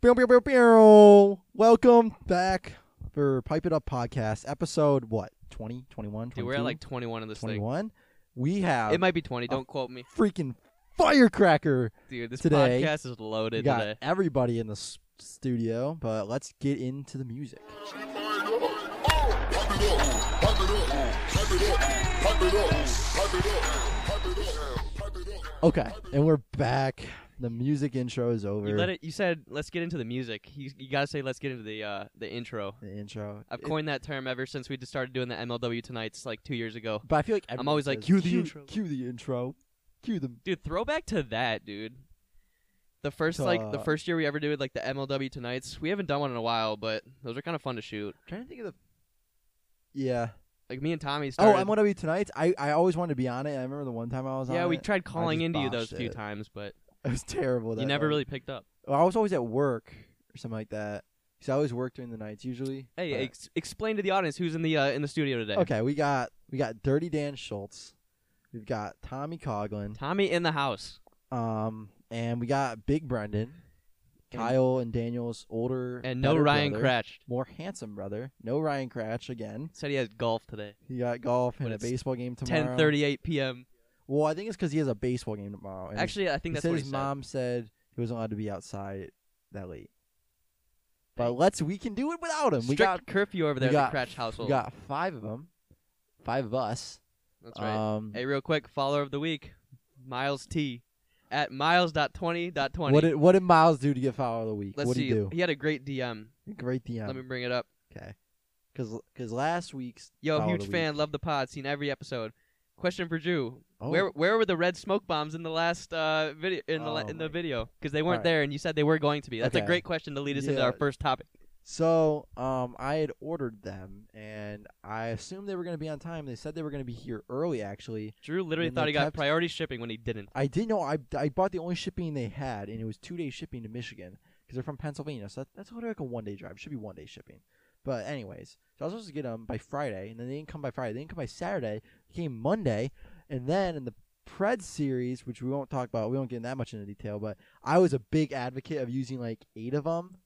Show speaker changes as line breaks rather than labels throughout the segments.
Pew, pew, pew, pew. Welcome back for Pipe It Up Podcast, episode what? 20, 21,
Dude, we're
22?
at like 21 in this thing.
21. We have
It might be 20.
Oh.
Don't quote me,
freaking firecracker.
dude. This
Today,
podcast is loaded
We got
today.
everybody in the s- studio, but let's get into the music. Okay, and we're back. The music intro is over.
You let it. You said let's get into the music. You, you gotta say let's get into the uh, the intro.
The intro.
I've
It-
coined that term ever since we just started doing the MLW tonight's like two years ago.
But I feel like
I'm
everyone
always like,
says,
"Cue the
cue,
intro."
Cue the intro. Cue the
Dude, throwback to that, dude. The first like the
Uh,
first year we ever did like the MLW tonight's. We haven't done one in a while, but those are kind of fun to shoot.
trying to think of the. Yeah.
Like me and Tommy
Oh,
started.
MLW tonight. I I always wanted to be on it. I remember the one time I was on.
yeah, we
it.
tried calling
just
into you those
botched
few
it.
times, but
It was terrible. That
you never
night.
really picked up.
Well, I was always at work or something like that. So I always work during the nights usually.
Hey,
but-
ex- explain to the audience who's in the uh, in the studio today.
okay. We got we got Dirty Dan Schultz. We've got Tommy Coughlin.
Tommy in the house.
Um, and we got Big Brendan,
And-
Kyle and Daniel's older
And no
better
Ryan
brother,
Cratch.
more handsome brother. No Ryan Cratch again.
Said he has golf today.
He got golf and
But
a
it's
baseball game tomorrow.
Ten thirty eight p.m.
Well, I think it's because he has a baseball game tomorrow. and his
Actually, I
he
think that's
said
what
his
he
mom said he wasn't allowed to be outside that late. But
Thanks.
let's we can do it without him.
said.
we
Strict
got
curfew over there
we
at the
got-
Cratch household.
we got five of them, five of us.
that's right.
Um,
hey, real quick, follower of the week, Miles T, at miles.20.20.
what did what did Miles do to get follower of the week?
Let's
what did
see.
he do?
had a great DM.
Great DM.
Let me bring it up.
okay, because last week's
Yo,
Follower of
huge
the
fan. Love the pod. Seen every episode. Question for Drew:
oh,
Where where were the red smoke bombs in the last uh, video in the la-
Oh
in the
my-
video? Because they weren't
Alright.
there, and you said they were going to be. That's a
Okay.
great question to lead us into
Yeah.
our first topic.
so um I had ordered them and I assumed they were gonna be on time. They said they were gonna be here early actually.
Drew literally
And
thought
they
he got
kept-
priority shipping when he didn't.
I did know I, I bought the only shipping they had, and it was two day shipping to Michigan because they're from Pennsylvania. So that, that's only like a one day drive. It should be one day shipping. But anyways, so I was supposed to get them by Friday, and then they didn't come by Friday. They didn't come by Saturday. They came Monday, and then in the Pred series, which we won't talk about, we won't get in that much into detail. But I was a big advocate of using like eight of them,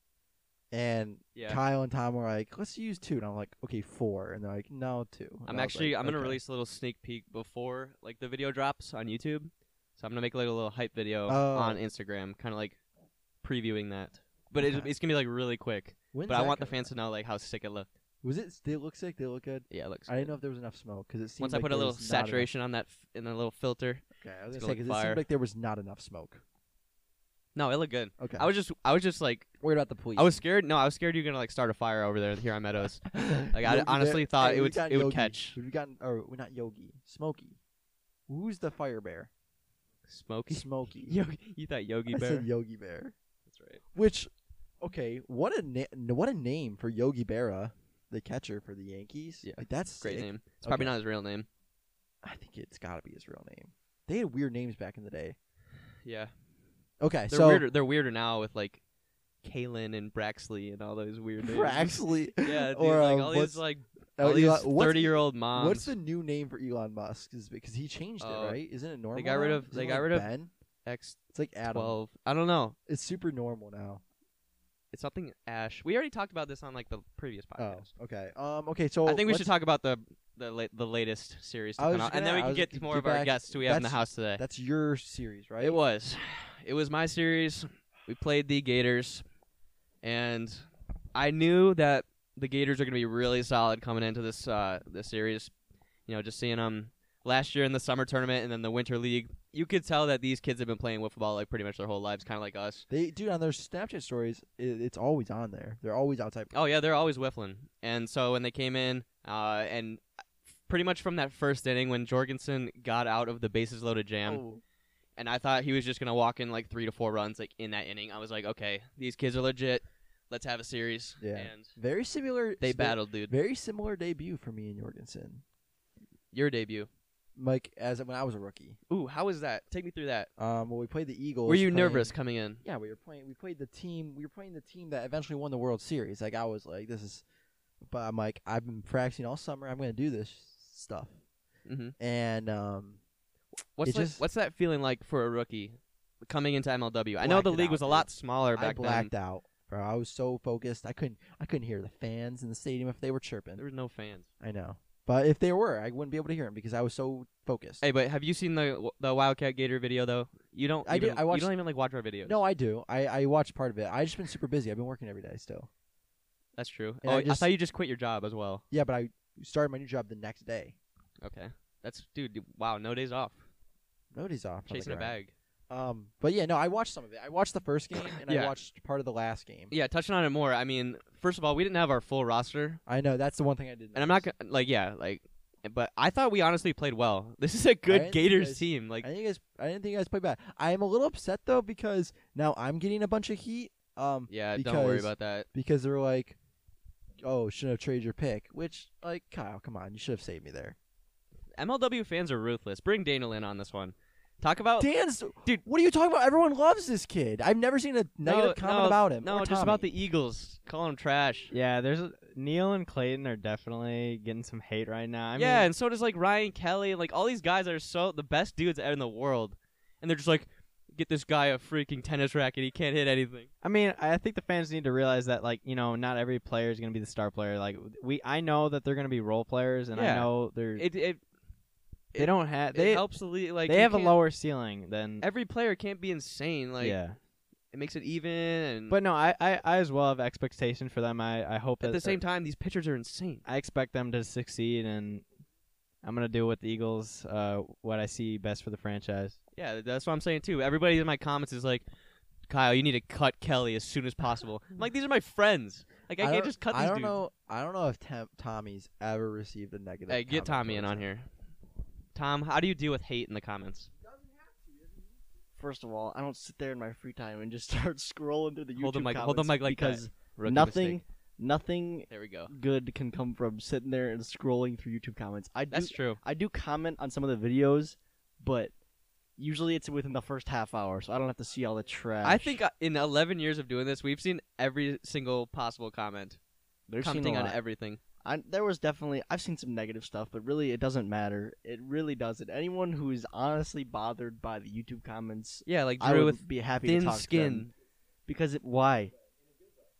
and
Yeah.
Kyle and Tom were like, "Let's use two. and I'm like, "Okay, four. and they're like, "No, two. And I
I'm
was
actually
like,
I'm gonna
"Okay."
release a little sneak peek before like the video drops on YouTube. So I'm gonna make like a little hype video
Oh.
on Instagram, kind of like previewing that. But it's,
Okay.
it's gonna be like really quick.
When's
But I
that
want the
coming
fans to know like how sick it looked.
out? Was it? Did it look sick? Did it look good?
Yeah, it looks.
I didn't
good.
know if there was enough smoke because it seemed
Once I
like
put a
there
little
was not enough-
saturation on that f- and a little filter.
Okay, I was
It's
gonna say
gonna look
'cause it
fire.
seemed like there was not enough smoke.
No, it looked good.
Okay,
I was just I was just like
worried about the police.
I was scared. No, I was scared you're gonna like start a fire over there here on Meadows. Like I honestly thought it would it would catch.
We've gotten or we're not Yogi, Smokey. Who's the fire bear?
Smokey.
Smokey.
Yogi, you thought Yogi
I
Bear?
said Yogi Bear.
That's right.
Which, okay, what a na- what a name for Yogi Berra, the catcher for the Yankees.
Yeah,
like, that's
Great
sick.
name. It's probably
Okay.
not his real name.
I think it's got to be his real name. They had weird names back in the day.
Yeah.
Okay,
They're
so
weirder. They're weirder now with like Kalen and Braxley and all those weird names.
Braxley.
Yeah, dude,
or
like
uh,
all
what's-
these like
uh,
all
Eli-
these
what's
thirty-year-old moms.
What's the new name for Elon Musk? Is because he changed
Um, Oh,
it, right? Isn't it normal?
got rid
now?
of-
Isn't
they
it
got
like
rid of-
Ben.
X
It's like Adam.
twelve? I don't know.
It's super normal now.
It's something Ash. We already talked about this on like the previous podcast.
Oh, okay. Um, okay. So
I think we should
let's-
talk about the the la- the latest series to
I was
come out,
just
and then
gonna-
we
I
can
was
get
gonna
to more
get
of our
back-
guests we have in the
that's-
house today.
That's your series, right?
It was, it was my series. We played the Gators, and I knew that the Gators are going to be really solid coming into this uh, this series. You know, just seeing them last year in the summer tournament and then the winter league, you could tell that these kids have been playing wiffle ball like pretty much their whole lives, kind of like us.
They dude on their Snapchat stories. It, it's always on there. They're always outside.
Oh yeah, they're always whiffling. And so when they came in, uh, and pretty much from that first inning when Jorgensen got out of the bases loaded jam,
Oh,
and I thought he was just gonna walk in like three to four runs like in that inning. I was like, okay, these kids are legit. Let's have a series.
Yeah.
And
very similar.
they
ve-
battled, dude.
Very similar debut for me and Jorgensen.
Your debut.
Like as when I was a rookie.
Ooh, how was that? Take me through that.
Um, when we played the Eagles.
Were you
playing-
nervous coming in?
yeah, we were playing. We played the team. We were playing the team that eventually won the World Series. Like I was like, this is. But I'm like, I've been practicing all summer. I'm gonna do this stuff.
Mm-hmm.
And um,
What's
It
like,
just-
what's that feeling like for a rookie coming into MLW? I know
Blacked
the
it
league
out,
was a
dude.
lot smaller
I
back then.
blacked out.
bro. I was so focused. I couldn't I couldn't hear the fans in the stadium if they were chirping.
There was no fans.
I know. But if there were, I wouldn't be able to hear them because I was so focused.
Hey, but have you seen the the Wildcat Gator video though? You don't.
I
even,
did- I
You
watched-
don't even like watch our videos.
no, I do. I, I watched part of it. I just been super busy. I've been working every day still.
that's true.
and
oh,
I
I,
just-
thought you just quit your job as well.
Yeah, but I started my new job the next day.
Okay, that's dude. d- Wow, no days off.
Nobody's off. on the
Chasing a
grind.
bag.
Um, but yeah, no, I watched some of it. I watched the first game and I
Yeah.
watched part of the last game.
Yeah, touching on it more. I mean, first of all, we didn't have our full roster,
I know that's the one thing I didn't.
and I'm not
notice.
gonna, like, yeah, like, but I thought we honestly played well. This is a
didn't
good
think
Gators
guys-
team. Like,
I think you guys. I didn't think you guys played bad. I am a little upset though because now I'm getting a bunch of heat. Um,
yeah, don't worry
because-
about that.
because they're like, "Oh, shouldn't have traded your pick." Which, like, Kyle, come on, you should have saved me there.
MLW fans are ruthless. Bring Daniel in on this one. Talk about
Dan's
Oh, dude.
What are you talking about? Everyone loves this kid. I've never seen a negative comment
no,
about him.
No,
or
just about
Tommy.
the Eagles. Call them trash.
Yeah, there's Neil and Clayton are definitely getting some hate right now. I mean,
yeah, and so does like Ryan Kelly. Like all these guys are so the best dudes out in the world, and they're just like, get this guy a freaking tennis racket. He can't hit anything.
I mean, I think the fans need to realize that, like, you know, not every player is going to be the star player. Like, we, I know that they're going to be role players, and
Yeah.
I know they're
It it,
they
it-
don't have
it
they
helps the league. Like
they
you
have a
can't-
lower ceiling than
Every player can't be insane. Like mm.
yeah.
it makes it even. And
But no, I, I, I as well have expectation for them. I, I hope
at
that
the same time, these pitchers are insane.
I expect them to succeed, and I'm gonna do with the Eagles uh, what I see best for the franchise.
Yeah, that's what I'm saying too. Everybody in my comments is like, Kyle, you need to cut Kelly as soon as possible. I'm like, these are my friends. Like I,
don't-
can't just cut these
I don't
dudes.
know. I don't know if Tem- Tommy's ever received a negative.
Hey,
comment
get Tommy in
towards
on
him.
here. Tom, how do you deal with hate in the comments?
First of all, I don't sit there in my free time and just start scrolling through the YouTube
Hold the mic-
comments
hold the mic like that.
because
Rookie
nothing,
mistake.
nothing
There we go.
good can come from sitting there and scrolling through YouTube comments. I do,
That's true.
I do comment on some of the videos, but usually it's within the first half hour, so I don't have to see all the trash.
I think uh, in 11 years of doing this, we've seen every single possible comment,
There's seen a
commenting on
lot.
everything.
I, there was definitely I've seen some negative stuff, but really it doesn't matter. It really doesn't. Anyone who is honestly bothered by the YouTube comments,
Yeah, like
I
Drew
would
with
be happy to
thin
talk to them
skin.
because it, why?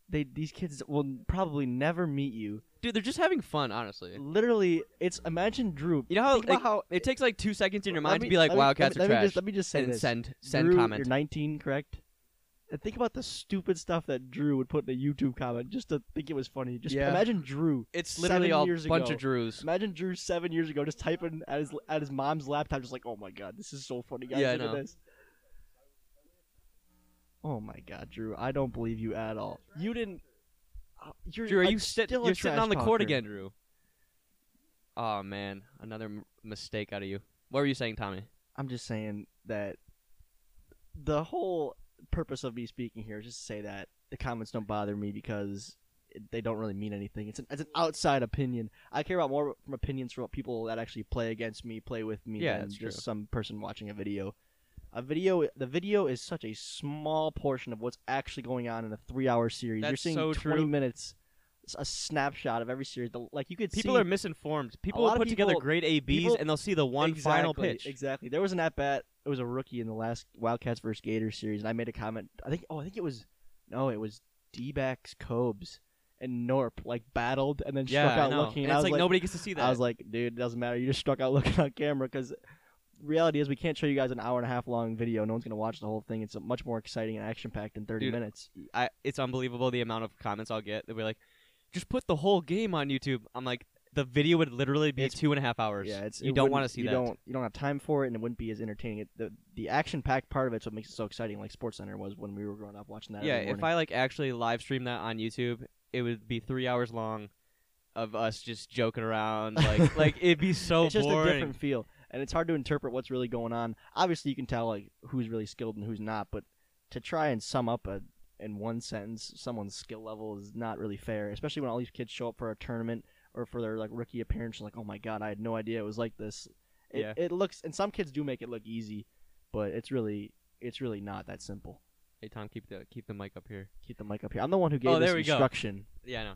They these kids will probably never meet you.
Dude, they're just having fun, honestly.
Literally, it's imagine Drew.
You know how,
Think about
like,
how
It takes like two seconds in your
Let
mind
me-
to be like,
let me-
"Wildcats
let
are
me,
trash,"
Let me just, let me just say
and
this.
send send
Drew,
comment.
You're 19, correct? And think about the stupid stuff that Drew would put in a YouTube comment just to think it was funny. Just
Yeah.
imagine Drew.
It's literally
seven
all
years
bunch
ago.
of Drews.
Imagine Drew seven years ago just typing at his at his mom's laptop, just like, "Oh my god, this is so funny, guys!
Yeah, I
Look at
know.
this." Oh my god, Drew! I don't believe you at all. You didn't. uh, You're,
Drew, are
like,
you sit-
still a
You're sitting
trash
on the court
talker.
again, Drew. Oh man, another m- mistake out of you. What were you saying, Tommy?
I'm just saying that the whole purpose of me speaking here is just to say that the comments don't bother me because it- they don't really mean anything. It's an, it's an outside opinion. I care about more from opinions from people that actually play against me, play with me,
Yeah,
than
that's
just
true.
some person watching a video. A video, the video is such a small portion of what's actually going on in a three-hour series. You're
That's
seeing
so
20
true.
minutes, s- a snapshot of every series. The, like you could
People
see
are misinformed. People
lot
will
of
put together
people-
great ABs
people-
and they'll see the one final
Exactly,
pitch.
Exactly. There was an at bat. It was a rookie in the last Wildcats versus Gators series, and I made a comment. I think. Oh, I think it was. No, it was D-backs Cobes and Norp like battled and then struck
Yeah, I
out
know.
looking.
And
and I
it's
was
like, nobody gets to see that.
I was like, dude, it doesn't matter. You just struck out looking on camera because reality is we can't show you guys an hour and a half long video. No one's gonna watch the whole thing. It's much more exciting and action packed than thirty
Dude,
minutes.
I, it's unbelievable the amount of comments I'll get. They'll be like, "Just put the whole game on YouTube." I'm like, the video would literally be
It's-
two and a half hours.
Yeah, it's
you
it
don't
wouldn't-
want to see
you
that.
Don't you don't have time for it, and it wouldn't be as entertaining. It, the the action packed part of it's what makes it so exciting, like Sports Center was when we were growing up watching that.
yeah,
every morning.
if I like actually live stream that on YouTube, it would be three hours long of us just joking around. Like, like it'd be so
it's just
boring.
a different feel and it's hard to interpret what's really going on obviously you can tell like who's really skilled and who's not but to try and sum up a in one sentence someone's skill level is not really fair especially when all these kids show up for a tournament or for their like rookie appearance like oh my god i had no idea it was like this it,
Yeah.
it looks and some kids do make it look easy but it's really it's really not that simple
hey Tom, keep the keep the mic up here.
keep the mic up here i'm the one who gave
Oh,
this
there we go.
instruction
Yeah, I know.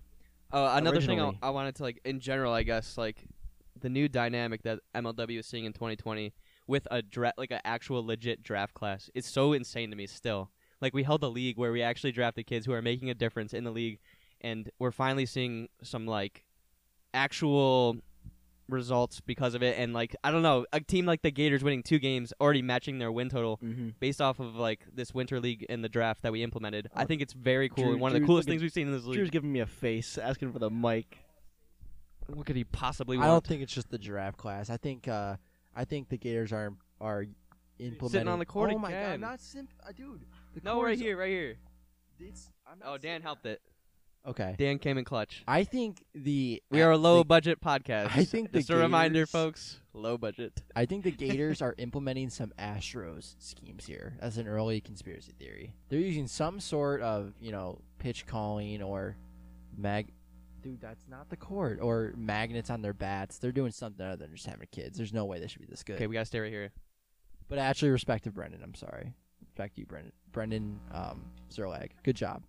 Uh, another thing
Originally.
I, I wanted to like in general, I guess, like the new dynamic that MLW is seeing in 2020 with a dra- like an actual legit draft class. It's so insane to me still. Like we held a league where we actually drafted kids who are making a difference in the league, and we're finally seeing some like actual results because of it. And like I don't know, a team like the Gators winning two games, already matching their win total
Mm-hmm.
based off of like this winter league and the draft that we implemented. I
Uh,
think it's very cool.
Drew-
and one of the
Drew's
coolest
looking-
things we've seen in this league.
Drew's giving me a face, asking for the mic.
what could he possibly
I
want?
don't think it's just the giraffe class. I think uh, I think the Gators are are implementing.
on the court
Oh my god,
again.
not simp, uh, dude. The
no,
court
right
is-
here, right here.
It's, I'm not
Oh, Dan
saying-
helped it.
Okay,
Dan came in clutch.
I think the
We are a low
the-
budget podcast.
I think the
just a reminder,
Gators-
folks. Low budget.
I think the Gators are implementing some Astros schemes here as an early conspiracy theory. They're using some sort of, you know, pitch calling or mag. Dude, that's not the court. Or magnets on their bats. They're doing something other than just having kids. There's no way they should be this good.
Okay, we gotta stay right here.
But I actually respect to Brendan. I'm sorry. Respect you, Brendan. Brendan um, Zerlag. Good job.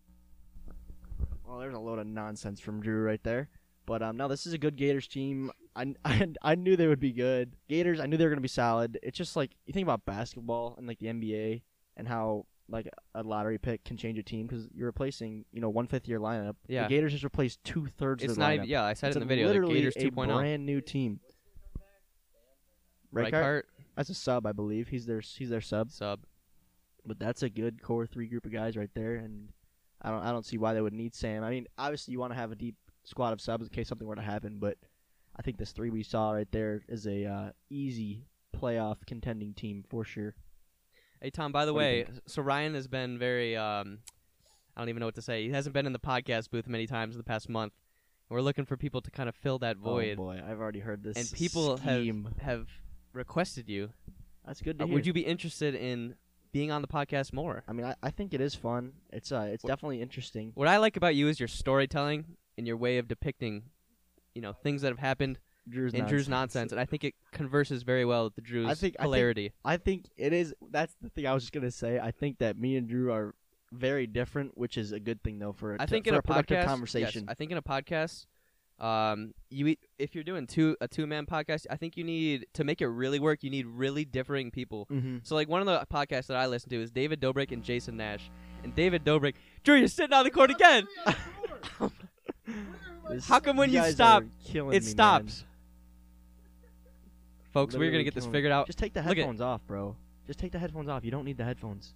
Well, Oh, there's a load of nonsense from Drew right there. But um, no, this is a good Gators team. I, I, I knew they would be good. Gators, I knew they were going to be solid. It's just like you think about basketball and like the NBA and how like a lottery pick can change a team because you're replacing you know one fifth of your lineup.
Yeah.
The Gators just replaced two thirds of
It's
the
not.
lineup.
Even, yeah, I said
it's
it in the
a-
video. Like
literally
Gators oh.
a
2.0.
brand new team. Reichart?
Reichart
That's a sub, I believe. He's their he's their sub.
sub.
But that's a good core three group of guys right there, and I don't I don't see why they would need Sam. I mean, obviously you want to have a deep squad of subs in case something were to happen, but I think this three we saw right there is a uh, easy playoff contending team for sure.
Hey Tom, by the
What do you
way, so Ryan has been very um I don't even know what to say. He hasn't been in the podcast booth many times in the past month. We're looking for people to kind of fill that void.
Oh boy, I've already heard this.
and people
scheme.
have have requested you.
That's good to
Uh,
hear.
would you be interested in being on the podcast more?
I mean, I, I think it is fun. It's uh, it's definitely interesting.
What I like about you is your storytelling and your way of depicting, you know, things that have happened
Drew's
in Drew's nonsense, and I think it converses very well with the Drew's
I think- I think-
hilarity.
I think it is. That's the thing I was just gonna say. I think that me and Drew are very different, which is a good thing though for,
I
to-
think
for
in
a,
a,
productive
podcast,
conversation.
Yes, I think in a podcast, um, you e- if you're doing two a two man podcast, I think you need to make it really work. You need really differing people.
mm-hmm.
So like one of the podcasts that I listen to is David Dobrik and Jason Nash, and David Dobrik, Drew, you're sitting on the court again. How come when you stop, It stops. Folks, we're gonna get this figured out.
Just take the
Look at-
headphones off, bro. Just take the headphones off. You don't need the headphones.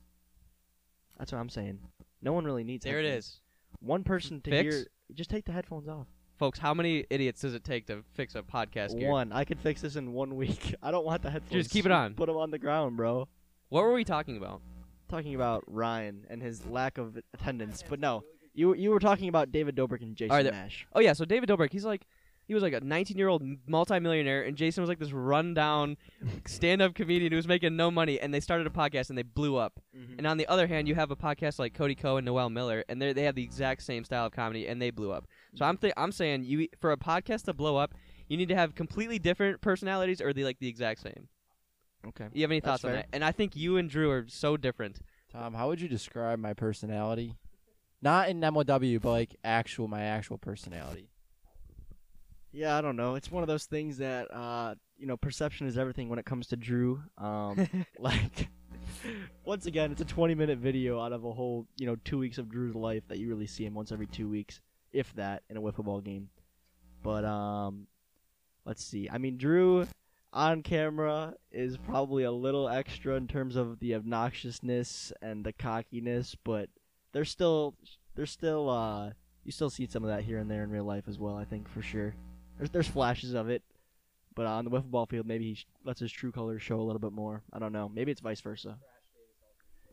That's what I'm saying. No one really needs.
there it
headphones.
is,
One person to
Fix?
hear. Just take the headphones off.
folks. How many idiots does it take to fix a podcast gear?
One. I could fix this in one week. I don't want the headphones.
keep it on.
Put them on the ground, bro.
What were we talking about?
talking about Ryan and his lack of attendance, but no, you you were talking about David Dobrik and Jason
Are there-
Nash.
Oh yeah, so David Dobrik, he's like he was like a 19-year-old multimillionaire and Jason was like this rundown stand-up comedian who was making no money and they started a podcast and they blew up.
Mm-hmm.
And on the other hand, you have a podcast like Cody Coe and Noel Miller and they they have the exact same style of comedy and they blew up. So I'm th- I'm saying you for a podcast to blow up, you need to have completely different personalities or they like the exact same.
Okay.
You have any
That's
thoughts on
fair.
that? And I think you and Drew are so different.
Tom, how would you describe my personality? Not in MOW, but like actual, my actual personality.
Yeah, I don't know. It's one of those things that uh, you know, perception is everything when it comes to Drew. Um, like, once again, it's a 20-minute video out of a whole you know two weeks of Drew's life that you really see him once every two weeks, if that, in a wiffle ball game. But um, let's see. I mean, Drew on camera is probably a little extra in terms of the obnoxiousness and the cockiness, but there's still there's still uh you still see some of that here and there in real life as well. I think for sure. There's there's flashes of it, but uh, on the wiffle ball field, maybe he sh- lets his true colors show a little bit more. I don't know. Maybe it's vice versa.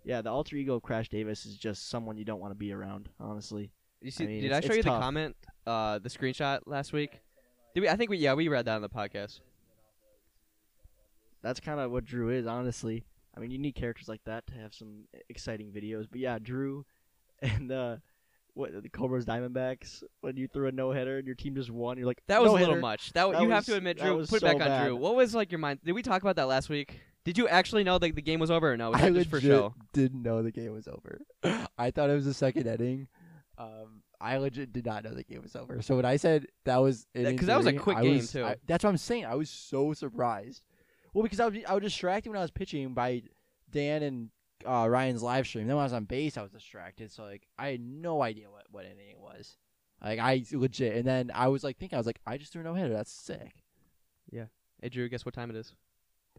Yeah, the alter ego of Crash Davis is just someone you don't want to be around, honestly.
You see,
I mean,
did
it's-
I show
it's
you
tough.
the comment, uh, the screenshot last week? Did we? I think we yeah we read that on the podcast.
That's kind of what Drew is, honestly. I mean, you need characters like that to have some e-, exciting videos. But yeah, Drew and uh, what the Cobras Diamondbacks when you threw a no hitter and your team just won, you're like
That was a
"No-hitter."
little much. That, w
That
you have
was-
to admit,
that
Drew.
was
Put it back
so
on Drew.
bad.
What was like your mind? Did we talk about that last week? Did you actually know that the game was over or no? Was
I
that just for
legit
show?
didn't know the game was over. I thought it was the second inning. Um, I legit did not know the game was over. So when I said that was
Yeah,
inning
'cause that was a
three,
quick
I
game,
was-
too.
I- that's what I'm saying. I was so surprised. Well, because I was I was distracted when I was pitching by Dan and uh, Ryan's live stream. Then when I was on base, I was distracted, so like I had no idea what what inning it was. Like I legit, and then I was like thinking, I was like, I just threw no hitter. That's sick.
Hey Drew, guess what time it is?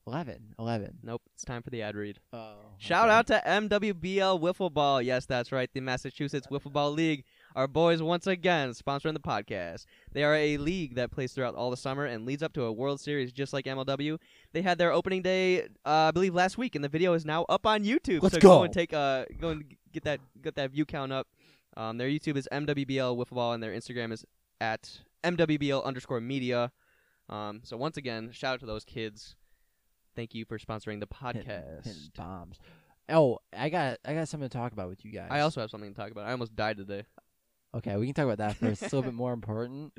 11, 11.
Nope, it's time for the ad read.
Oh,
Shout out to MWBL Wiffle Ball. Yes, that's right. The Massachusetts Wiffle Ball League. Our boys once again sponsoring the podcast. They are a league that plays throughout all the summer and leads up to a World Series just like MLW. They had their opening day, uh, I believe, last week, and the video is now up on YouTube.
Let's
so
go.
and take uh, go and get that get that view count up. Um, their YouTube is MWBL Wiffle Ball, and their Instagram is at MWBL underscore media. Um, so once again, shout out to those kids. Thank you for sponsoring the podcast.
Hitting- hitting bombs. Oh, I got I got something to talk about with you guys.
I also have something to talk about. I almost died today.
okay, we can talk about that first. It's a little bit more important,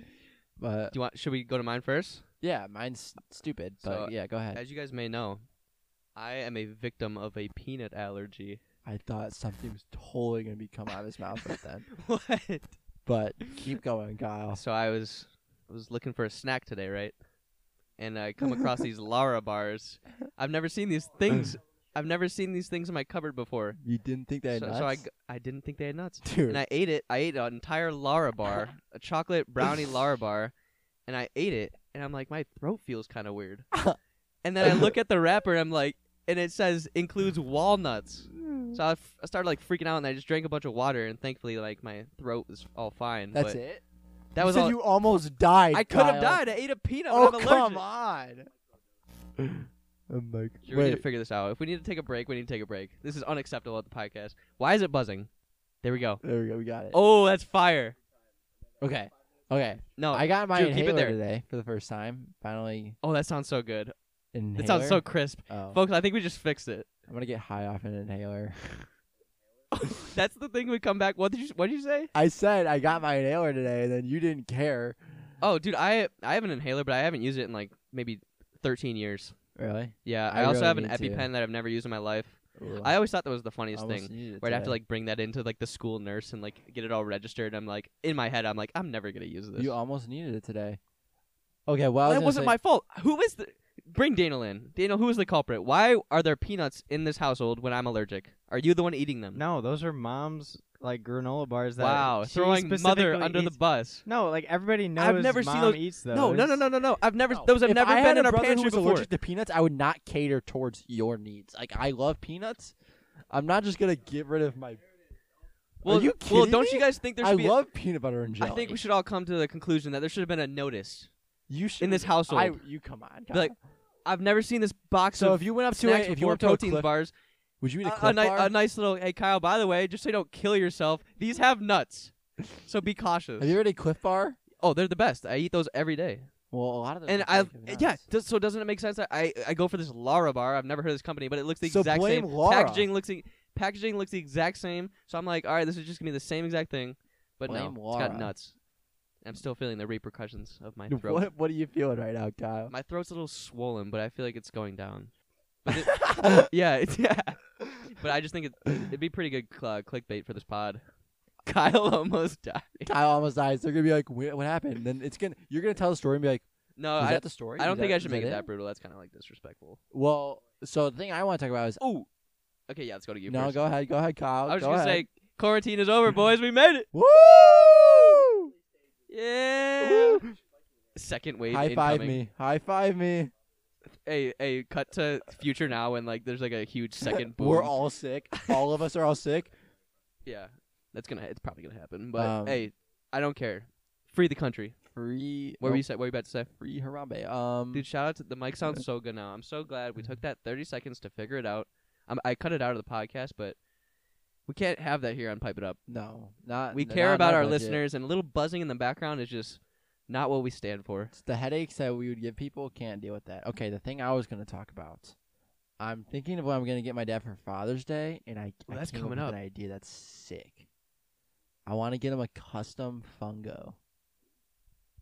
but
Do you want? Should we go to mine first?
yeah, mine's stupid. But
So,
yeah, go ahead.
As you guys may know, I am a victim of a peanut allergy.
I thought something was totally gonna be come out of his mouth right then.
what?
But keep going, Kyle.
So I was I was looking for a snack today, right? And I come across these Lara bars. I've never seen these things. I've never seen these things in my cupboard before.
You didn't think
So,
that?
so I g- I didn't think they had nuts.
dude.
and I ate it. I ate an entire Lara bar, a chocolate brownie Lara bar, and I ate it. And I'm like, my throat feels kind of weird. and then I look at the wrapper, and I'm like, and it says includes walnuts. So I, f- I started like freaking out, and I just drank a bunch of water, and thankfully, like my throat was all fine.
That's
but
it.
That
You
was
said
all.
You almost died.
I could have
Kyle.
died. I ate a peanut.
Oh
when I'm allergic.
come on. I'm like,
Drew, We need to
wait.
figure this out. If we need to take a break, we need to take a break. This is unacceptable at the podcast. Why is it buzzing? There we go.
There we go. We got it.
Oh, that's fire.
Okay. Okay.
No.
I got my
Drew, Oh. keep it
inhaler
there.
today for the first time. Finally,
oh, that sounds so good.
inhaler.
That sounds so crisp.
Oh,
Folks, I think we just fixed it.
I'm gonna get high off an inhaler.
That's the thing we come back. What did you What did you say?
I said I got my inhaler today, and then you didn't care.
Oh, dude, I I have an inhaler, but I haven't used it in like maybe 13 years.
Really?
Yeah,
I
I, also
really
have an
need to.
EpiPen that I've never used in my life. I always thought that was the funniest thing. Where I'd have to like bring that into like the school nurse and like get it all registered. I'm like in my head, I'm like, I'm never gonna use this.
You almost needed it today. Okay. Well, I was
that
gonna
wasn't
say-
my fault. Who is the? Bring Daniel in. Daniel, who is the culprit? Why are there peanuts in this household when I'm allergic? Are you the one eating them?
No, those are mom's like granola bars. That
Wow,
she
throwing mother
specifically
under the
eats-
bus.
No, like everybody knows.
never seen
mom
those-
Eats those.
No, no, no, no, no, no. I've never.
No.
Those have
If
never
I
been
had
in
a
our
brother who
pantry
was
before.
allergic to peanuts, I would not cater towards your needs. Like I love peanuts. I'm not just gonna get rid of my.
Well,
Are you
well,
kidding
don't
me?
you guys think there should
I
be? a-
love peanut butter and
I
jelly.
think we should all come to the conclusion that there should have been a notice.
You should
in this household.
I, you come on.
Be like, I've never seen this box
so
of
if you went up to
snacks
a, if you
before,
went up to a
protein
Clif,
bars.
would you eat a,
A,
Clif
ni-
bar?
a nice little. Hey, Kyle. By the way, just so you don't kill yourself, these have nuts, so be cautious.
Have you ever had a Cliff Bar?
oh, they're the best. I eat those every day.
Well, a lot of them.
And I, yeah. Does, so doesn't it make sense? that I I go for this Lara bar. I've never heard of this company, but it looks the
So
exact
blame
same.
Lara.
Packaging looks the, packaging looks the exact same. So I'm like, all right, this is just gonna be the same exact thing. But
Blame
no, it's
Lara.
got nuts. I'm still feeling the repercussions of my throat.
What What are you feeling right now, Kyle?
My throat's a little swollen, but I feel like it's going down. But it- yeah, it's, yeah. But I just think it, it'd be pretty good cl- uh, clickbait for this pod. Kyle almost died.
Kyle almost dies. They're gonna be like, "Wh- "What happened?" Then it's gonna you're gonna tell the story and be like,
No,
"Is
Uh, I,
that the story?"
I don't
Is
think
that-
I
is
should make it
that
that brutal. That's kind of like disrespectful.
Well, so the thing I want to talk about is
Oh, okay, yeah, let's go to you
no.
first.
Go ahead, go ahead, Kyle.
I was
go
just gonna
ahead.
say quarantine is over, boys. We made it.
woo!
Yeah.
Woo!
Second wave.
High five
incoming.
me! High five me!
Hey, hey, cut to future now, and like there's like a huge second boom.
We're all sick. All of us are all sick.
Yeah, that's gonna. It's probably gonna happen. But
Um,
hey, I don't care. Free the country.
Free.
What
nope,
were you say? What were you about to say?
free Harambe? Um,
oh. Dude, shout out to the mic sounds so good now. I'm so glad we took that 30 seconds to figure it out. Um, I cut it out of the podcast, but we can't have that here on Pipe It Up.
no, not.
We
n-
care
not
about
on
our
budget.
listeners, and a little buzzing in the background is just not what we stand for.
It's the headaches that we would give people can't deal with that. Okay, the thing I was gonna talk about. I'm thinking of what I'm gonna get my dad for Father's Day, and I,
Ooh,
I
that's
came
coming
up
up.
with an idea that's sick. I want to get him a custom fungo.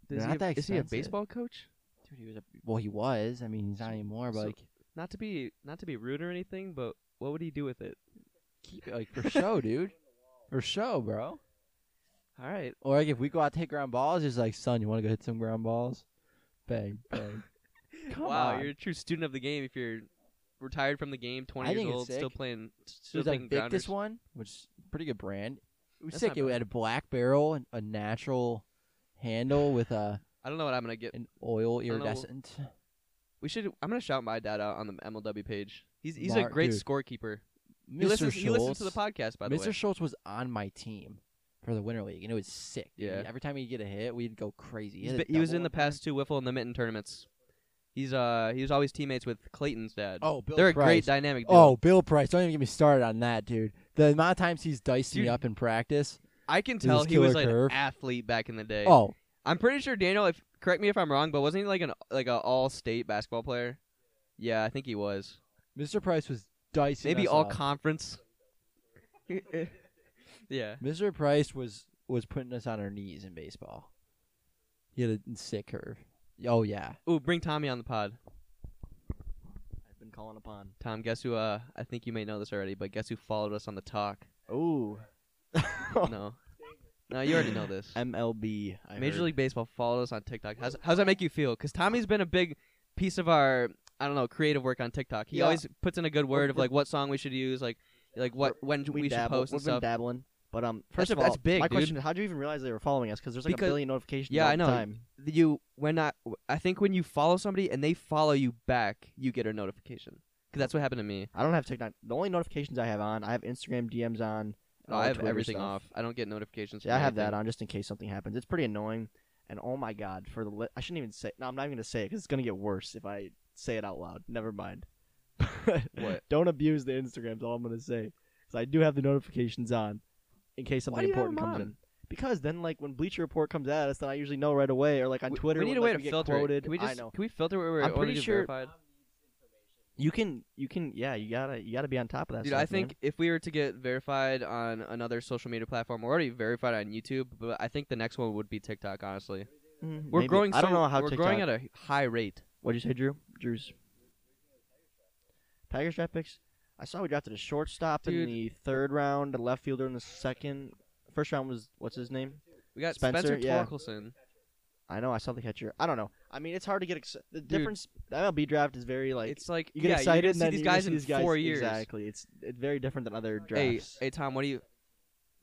They're
Is he,
not
a,
that
is he a
expensive.
baseball coach?
Dude, he was a well, he was. I mean, he's not anymore, but
so-
like,
Not to be not to be rude or anything, but what would he do with it?
keep it like for show, dude, for show, bro.
All right.
Or like if we go out to hit ground balls, it's like, son, you want to go hit some ground balls? Bang, bang. Come
wow,
on.
you're a true student of the game if you're retired from the game, 20
I
years
think it's
old, still
sick.
playing, still
There's
playing
that Victus
grounders.
one, which is a pretty good brand. It was
That's
sick.
not
It
bad.
had a black barrel and a natural handle with a
I don't know what I'm gonna get.
an oil
don't know.
iridescent.
We should. I'm gonna shout my dad out on the MLW page. He's he's a
Mark-
great
dude.
scorekeeper.
Mr.
He listens,
Schultz,
he listens to the podcast by the
Mr.
way.
Schultz was on my team for the Winter League, and it was sick. dude.
Yeah.
Every time he'd get a hit, we'd go crazy.
He's
hit a
been- he was
double
in the
one time.
past two wiffle and the mitten tournaments. He's uh he was always teammates with Clayton's dad.
Oh, Bill
They're a
Price.
great dynamic duo.
Oh, Bill Price! Don't even get me started on that, dude. The amount of times he's diced
Dude.
me up in practice.
I can
He
tell
was
he was
killer
like
curve.
an athlete back in the day.
Oh,
I'm pretty sure Daniel. If correct me if I'm wrong, but wasn't he like an like an all state basketball player? Yeah, I think he was.
Mr. Price was dicing.
Maybe
us
all
up.
conference. yeah.
Mr. Price was was putting us on our knees in baseball. He had a sick curve. Oh yeah,
Ooh, bring Tommy on the pod.
I've been calling upon.
Tom, guess who? Uh, I think you may know this already, but guess who followed us on the talk?
Ooh. Oh.
No. No, you already know this.
MLB. I
Major
heard.
League Baseball followed us on TikTok. How's, how's that make you feel? Because Tommy's been a big piece of our, I don't know, creative work on TikTok. He
Yeah.
always puts in a good word of
We're-
like what song we should use, like like what when we
we,
should
dabble.
post
We've
and stuff.
been dabbling. But um,
That's-
first of all,
that's big,
my
dude.
question is, how do you even realize they were following us? Because there's like
Because-
a billion notifications.
yeah,
all
I know.
The time.
you when I I think when you follow somebody and they follow you back, you get a notification. Because that's what happened to me.
I don't have TikTok. The only notifications I have on, I have Instagram DMs on. and
I
all Oh, the
have
Twitter
everything
stuff.
off. I don't get notifications.
Yeah, I have that on just in case something happens. It's pretty annoying. And oh my god, for the li- I shouldn't even say. No, I'm not even gonna say it because it's gonna get worse if I say it out loud. Never mind.
What?
Don't abuse the Instagrams. All I'm gonna say. Because I do have the notifications on in case something
do you have
important
them
comes
on?
in. Because then, like when Bleacher Report comes at us, then I usually know right away. Or like on
we,
Twitter,
we need
when,
a
like,
way to
we get
filter. it.
quoted.
Can we
I
just
know.
can we filter where we're
I'm pretty
already
sure-
verified?
You can, you can, yeah. You gotta, you gotta be on top of that.
Dude,
stuff,
I
man.
think if we were to get verified on another social media platform, we're already verified on YouTube, but I think the next one would be TikTok. Honestly,
Mm,
we're
maybe.
growing.
I don't
so-
know how
we're
TikTok.
growing at a high rate.
What'd you say, Drew? Drew's. Tigers draft picks. I saw we drafted a shortstop
Dude.
in the third round, a left fielder in the second. First round was what's his name?
We got Spencer,
Spencer, yeah.
Torkelson.
I know I saw the catcher. I don't know. I mean, it's hard to get exci- the
Dude.
difference. The MLB draft is very like
it's like
you get
yeah,
excited
you're
and
gonna
then
see these
you're gonna
guys
see
in
these guys-
four years.
Exactly. It's, it's very different than other
Hey,
drafts.
hey, Tom, what do you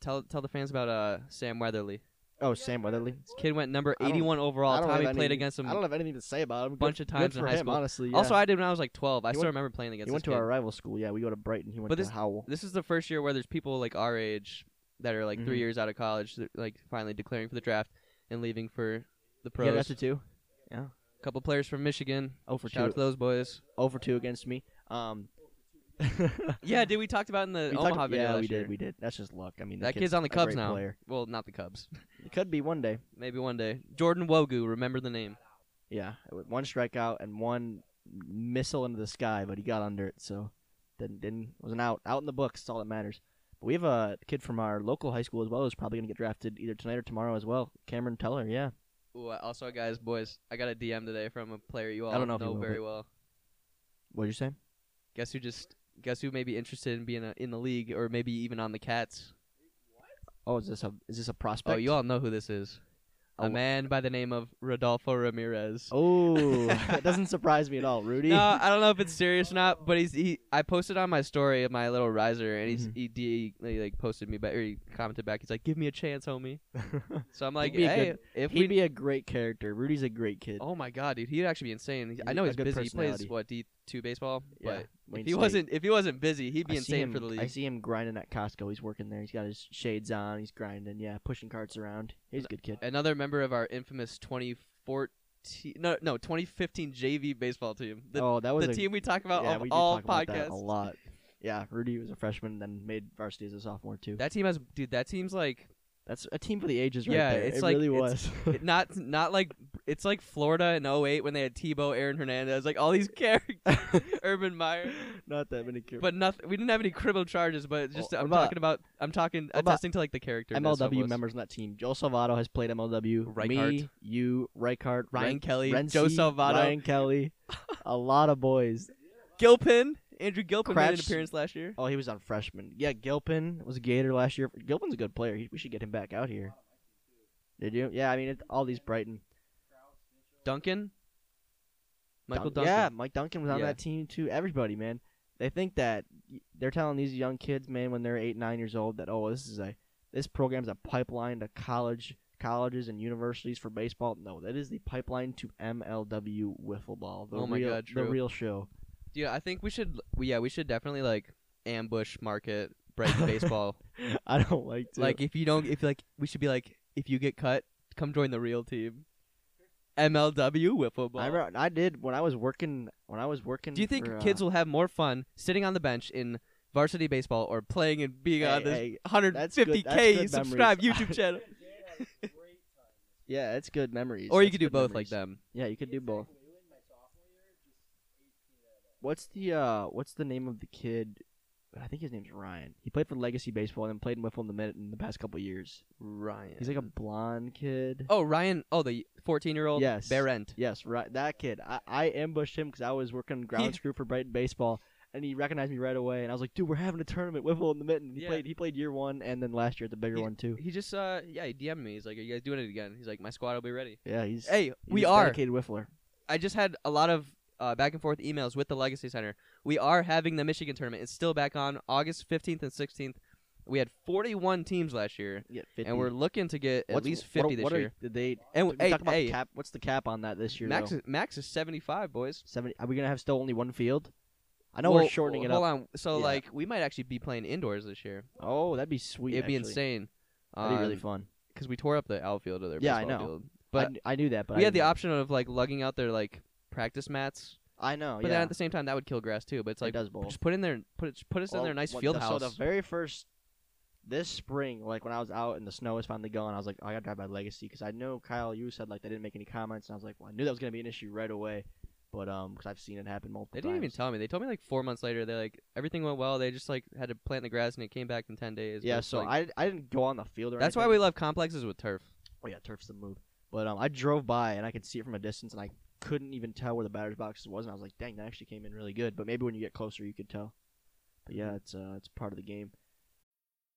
tell tell the fans about uh, Sam Weatherly?
oh, Sam Weatherly.
This kid went number
I don't-
eighty-one
I
overall.
don't
Tommy
have
played
any-
against him.
I don't have anything to say about him.
bunch
Good-
of times
good
in
for
high
him,
school.
Honestly, yeah.
Also, I did when I was like twelve. I
He
still
went-
remember playing against.
he went
this kid.
to our rival school. Yeah, we go to Brighton. He went
But
to
this-
Howell.
this is the first year where there's people like our age that are like three
Mhm.
years out of college, that, like finally declaring for the draft and leaving for the pros.
Yeah, that's a two.
a couple players from Michigan.
Oh, for
Shout
two.
out to those boys.
over two against me. Um,
Yeah, dude, we talked about in the
we talked-
Omaha video
yeah,
last
we
year.
did. We did. That's just luck. I mean,
that
the
kid's, on the
a
Cubs
great
now.
Player.
Well, not the Cubs.
It could be one day.
Maybe one day. Jordan Wogu, remember the name.
Yeah, with one strikeout and one missile into the sky, but he got under it, so didn't didn't wasn't out. Out in the books. That's all that matters. But we have a kid from our local high school as well who's probably gonna get drafted either tonight or tomorrow as well. Cameron Teller. Yeah,
Ooh, I- also, guys, boys, I got a DM today from a player you all
I don't know if you will,
very
but-
well.
what'd you say?
Guess who just? Guess who may be interested in being a, in the league or maybe even on the Cats?
Oh, is this a is this a prospect?
Oh, you all know who this is.
Oh,
A man by the name of Rodolfo Ramirez.
Oh, that doesn't surprise me at all, Rudy.
No, I don't know if it's serious or not, but he's he. I posted on my story of my little riser, and he's
Mhm.
he, d he, like posted me back or he commented back. He's like, "Give me a chance, homie." So I'm like,
be a
"Hey,
good-
if
He'd
we."
be a great character. Rudy's a great kid.
oh my god, dude, he'd actually be insane. He- I
He's
know
a
he's
good
busy. He plays
personality.
what D two baseball,
yeah.
but
Wayne
if he
State.
wasn't if he wasn't busy, he'd be
I see
insane
him,
for the
I
league.
see him grinding at Costco. He's working there. He's got his shades on. He's grinding. Yeah, pushing carts around. He's a good kid.
Another member of our infamous 2014 no no 2015 JV baseball team. The,
oh, that was
the
a,
team we talk about
yeah,
of
we did
all
talk about
podcasts.
that a lot. Yeah, Rudy was a freshman, then made varsity as a sophomore too.
That team has dude. That team's like
That's a team for the ages, right
Yeah,
there.
it's
it
like-
really
it's-
was.
It- not not like it's like Florida in 08 when they had Tebow, Aaron Hernandez, like all these characters, Urban Meyer.
Not that many kids.
But nothing. We didn't have any criminal charges, but just
Well,
I'm
Oh, what about-
talking about. I'm talking
what about
attesting to like the character. that's what it
MLW
was.
members on that team. Joe Salvato has played MLW.
Reichhardt.
Me, you, Reichhardt,
Ryan
Ren-
Kelly,
Renzi,
Joe Salvato,
Ryan Kelly, a lot of boys.
Gilpin, Andrew Gilpin made an
Crouch-
appearance last year.
Oh, he was on freshman. Yeah, Gilpin was a Gator last year. Gilpin's a good player. He, we should get him back out here. Did you? Yeah, I mean, it, all these Brighton.
Duncan, Michael
Dun-
Duncan.
Yeah, Mike Duncan was on
Yeah.
that team too. Everybody, man. They think that y- they're telling these young kids, man, when they're eight, nine years old, that oh, this is a this program's a pipeline to college colleges and universities for baseball. No, that is the pipeline to MLW wiffle ball. The
Oh my
real,
God,
the
true.
real show.
Yeah, I think we should. We, yeah, we should definitely like ambush market break baseball.
I don't like to.
like if you don't, if like we should be like if you get cut, come join the real team. MLW wiffle ball.
I, remember, I did when I was working. When I was working.
Do you think
for, uh,
kids will have more fun sitting on the bench in varsity baseball or playing and being on
Hey,
this
hey, that's good-
150k
that's good
subscribe
memories.
YouTube channel?
Yeah, it's good memories.
or you
That's
could do
good
both
memories.
like them.
Yeah, you could do both. What's the uh what's the name of the kid? I think his name's Ryan. He played for Legacy Baseball and then played in Wiffle in the minute in the past couple years.
Ryan.
He's like a blonde kid.
oh Ryan. Oh the 14 year old.
Yes.
Barent.
Yes, right. That kid. I, I ambushed him because I was working grounds crew for Brighton Baseball, and he recognized me right away. And I was like, "Dude, we're having a tournament, Wiffle in the mitten." And He
Yeah.
played. He played year one, and then last year at the bigger
He-
one too.
He just uh yeah he DM'd me. He's like, are you guys doing it again? He's like, my squad will be ready.
Yeah, he's.
Hey,
he's
we
a
are.
dedicated Wiffler.
I just had a lot of uh, back and forth emails with the Legacy Center. We are having the Michigan tournament. It's still back on August 15th and 16th. We had 41 teams last year,
Yeah, 50.
and we're looking to get at
What's-
least
what-
50 this
what are-
year.
Did they?
And
did we
hey,
talk about the
hey,
cap. What's the cap on that this year?
Max
though?
is, Max is 75, boys.
Seventy. Are we gonna have still only one field? I know we're
Well,
shortening it up.
hold on. So
Yeah.
like we might actually be playing indoors this year.
Oh, that'd be sweet.
It'd be
actually.
insane.
That'd be really fun.
because we tore up the outfield of their
Yeah, I
baseball
know.
field.
But I,
But
kn- I knew that. But
we
I
had the
didn't-
option of like lugging out their like practice mats,
I know.
but
Oh, yeah.
then at the same time that would kill grass too. But it's
It
like
does both.
just put in there, put it, just put us in
Well,
their nice
what-
field
the-
house.
So the very first this spring, like when I was out and the snow was finally gone, I was like, oh, I gotta drive by Legacy because I know Kyle, you said like they didn't make any comments, and I was like, well, I knew that was gonna be an issue right away, but um, because I've seen it happen multiple
They didn't even
times.
tell me. They told me like four months later. They like everything went well. They just like had to plant the grass and it came back in ten days.
yeah,
But,
so
like,
I I didn't go on the field or
that's why
anything.
we love complexes with turf.
Oh yeah, turf's the move. But um, I drove by and I could see it from a distance, and I couldn't even tell where the batter's box was, and I was like, "Dang, that actually came in really good." But maybe when you get closer, you could tell. But yeah, it's uh, it's part of the game.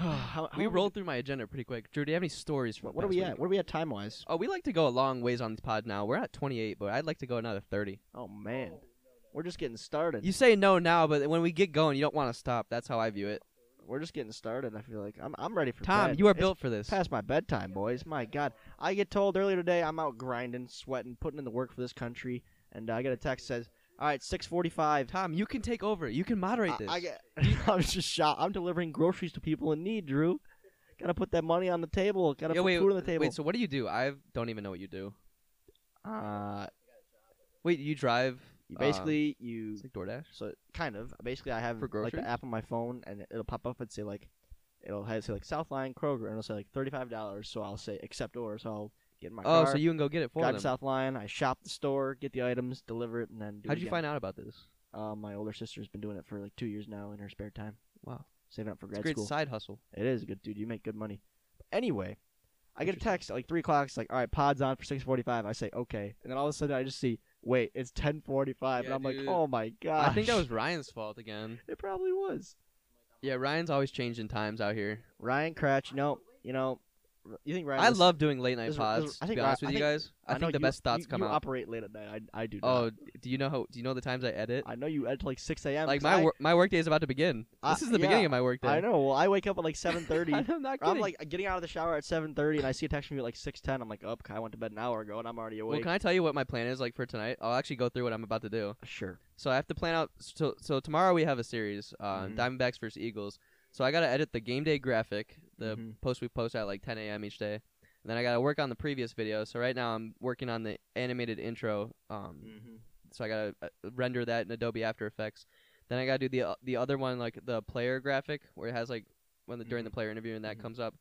How- how
we
are
rolled through my agenda pretty quick. Drew, do you have any stories? From
What, what are
past
we
week?
at? What are we at time wise?
Oh, we like to go a long ways on this pod now. We're at 28, but I'd like to go another 30.
Oh man, we're just getting started.
You say no now, but when we get going, you don't want to stop. That's how I view it.
We're just getting started. I feel like I'm I'm ready for
Tom,
bed.
you are
It's
built for this.
past my bedtime, boys. My God, I get told earlier today I'm out grinding, sweating, putting in the work for this country, and uh, I get a text says, "All right, 6:45."
Tom, you can take over. You can moderate this.
I, I get, I was just shocked. I'm delivering groceries to people in need, Drew. Gotta put that money on the table. Gotta
Yeah,
put
wait,
food on the table.
wait. So what do you do? I don't even know what you do.
uh,
Wait, you drive?
you
uh,
basically, you
it's like DoorDash.
so kind of basically I have
For
like
groceries?
the app on my phone, and it'll pop up and say like, it'll have say like Southline Kroger, and it'll say like thirty five dollars. So I'll say accept order. So I'll get in my
Oh,
car,
so you can go get it for
drive
them.
to Southline. I shop the store, get the items, deliver it, and then. Do
How'd you find out about this?
Uh, my older sister's been doing it for like two years now in her spare time,
Wow,
saving up for
it's a
grad
great
school.
side hustle.
It is good, dude. You make good money. Anyway, I get a
Interesting.
text at like three o'clock. It's like, all right, pods on for six forty-five. I say okay, and then all of a sudden I just see, wait, it's ten forty-five,
Yeah,
and I'm like,
dude.
oh my god.
I think that was Ryan's fault again.
It probably was.
Yeah, Ryan's always changing times out here.
Ryan Cratch. No, you know, you think Ryan?
I
listen-
love doing late night
this-
pods.
this- I
to
think
be
Ry-
honest
I
with you
think-
guys, I,
know
think the
you-
best thoughts
you-
come
you
out.
operate late at night. I, I do. Not.
Oh, do you know how? Do you know the times I edit?
I know you edit till like six a.m.
like
'cause
my
I,
wor- my work day is about to begin.
I-
this is the
yeah,
beginning of my work day.
I know. Well, I wake up at like seven thirty.
I'm not kidding.
I'm like getting out of the shower at seven thirty, and I see a text from you at like six ten. I'm like, up. I went to bed an hour ago, and I'm already
well,
awake.
can I tell you what my plan is like for tonight? I'll actually go through what I'm about to do.
Sure.
So I have to plan out. So so tomorrow we have a series, uh,
Mhm.
Diamondbacks versus Eagles. So I got to edit the game day graphic, the
Mhm.
post we post at like 10 a.m. each day, and then I got to work on the previous video. So right now I'm working on the animated intro. Um,
Mm-hmm.
so I gotta uh, render that in Adobe After Effects. Then I gotta do the uh, the other one like the player graphic where it has like when the during the player interview and that
Mhm.
comes up.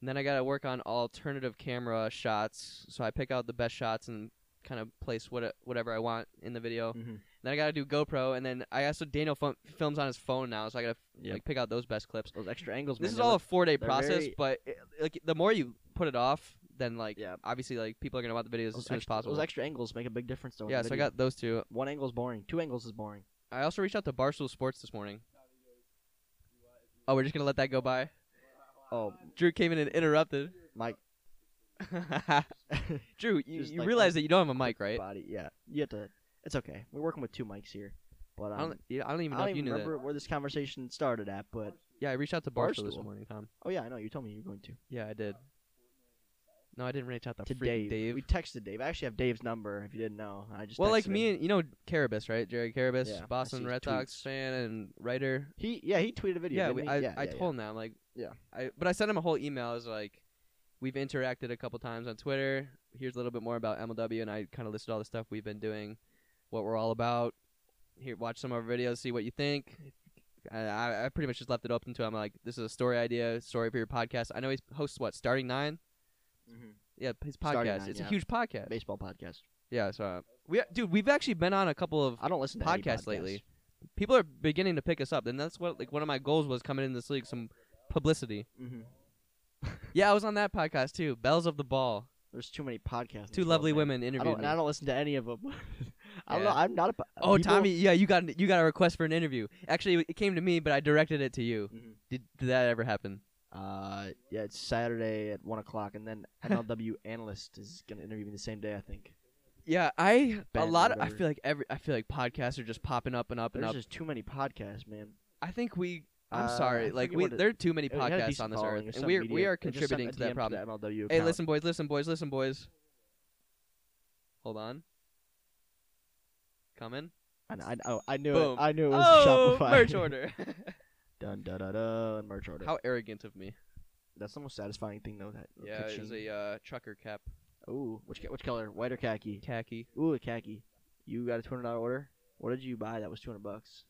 And then I gotta work on alternative camera shots. So I pick out the best shots and kind of place what whatever I want in the video.
Mhm.
Then I gotta do GoPro, and then I also Daniel film, films on his phone now, so I gotta
Yep.
like pick out those best clips.
Those extra angles.
This
man,
is
they
all a
look-
four day
they're
process,
very-
but it, like the more you put it off, then like
Yeah.
obviously like people are gonna want the videos as
those
soon as
extra-
possible.
Those extra angles make a big difference. Though, in
yeah, so
the
I
video.
got those two.
one angle is boring. Two angles is boring.
I also reached out to Barstool Sports this morning. Oh, we're just gonna let that go by.
Oh,
Drew came in and interrupted.
Mike,
Drew, you,
Just
you
like
realize
the-
that you don't have a mic, right?
body. Yeah, you have to. It's okay. We're working with two mics here, but um,
I don't, yeah, I don't even know if you knew
remember where this conversation started at. But
that. Yeah, I reached out to Barstool, this
Barstool.
morning, Tom.
oh yeah, I know you told me you were going to
Yeah, I did. No, I didn't reach out to
to
freaking
Dave.
Dave.
We texted Dave. I actually have Dave's number. If you didn't know, I just
well, like
texted him.
me and you know Carabas, right? Jerry Carabas,
Yeah, I see
Boston
his
Red Sox fan and writer.
He yeah, he tweeted a video.
Yeah,
didn't
we,
he?
I,
yeah,
I
yeah,
told
yeah.
him that. I'm like,
Yeah.
I but I sent him a whole email. I was like, we've interacted a couple times on Twitter. Here's a little bit more about MLW, and I kind of listed all the stuff we've been doing, what we're all about. Here, watch some of our videos, see what you think. I, I, I pretty much just left it open to him. Like, this is a story idea, story for your podcast. I know he hosts what, Starting Nine?
Mhm.
Yeah, his podcast.
Starting Nine,
it's
yeah.
a huge podcast.
baseball podcast.
Yeah, so uh, we dude, we've actually been on a couple of
I don't listen to any
podcasts
podcasts.
lately. People are beginning to pick us up, and that's what like one of my goals was coming into this league, some publicity.
Mhm.
Yeah, I was on that podcast too, Bells of the Ball.
There's too many podcasts. in
Two
this world,
lovely
man.
women
I
interviewed
don't.
me.
And I don't listen to any of them. I don't
Yeah.
know. I'm not a. po-
oh,
people-
Tommy, yeah, you got you got a request for an interview. Actually, it came to me, but I directed it to you.
Mhm.
Did, did that ever happen?
Uh, yeah, it's Saturday at one o'clock, and then MLW analyst is gonna interview me the same day. I think
Yeah, I
Band
a lot.
or
Of, I
whatever.
feel like every I feel like podcasts are just popping up and up and
there's
up.
just too many podcasts, man.
I think we. I'm
Uh, I
sorry, like
forget
we
what it-
there are too many
It had a
podcasts
decent
on this
following.
earth,
There's
and
some
we're
media-
we are
I just sent
contributing
a
to
DM
that problem.
MLW
Hey,
account.
listen, boys, listen, boys, listen, boys. Hold on. Coming.
And I, oh, I knew
Boom.
it. I knew it was
oh,
Shopify.
merch order.
dun dun dun dun. Merch order.
How arrogant of me.
That's the most satisfying thing though. That
Yeah, it was a uh, trucker cap.
Ooh, which ca- which color? White or khaki?
Khaki.
Ooh, a khaki. You got a two hundred dollar order. What did you buy? That was two hundred bucks.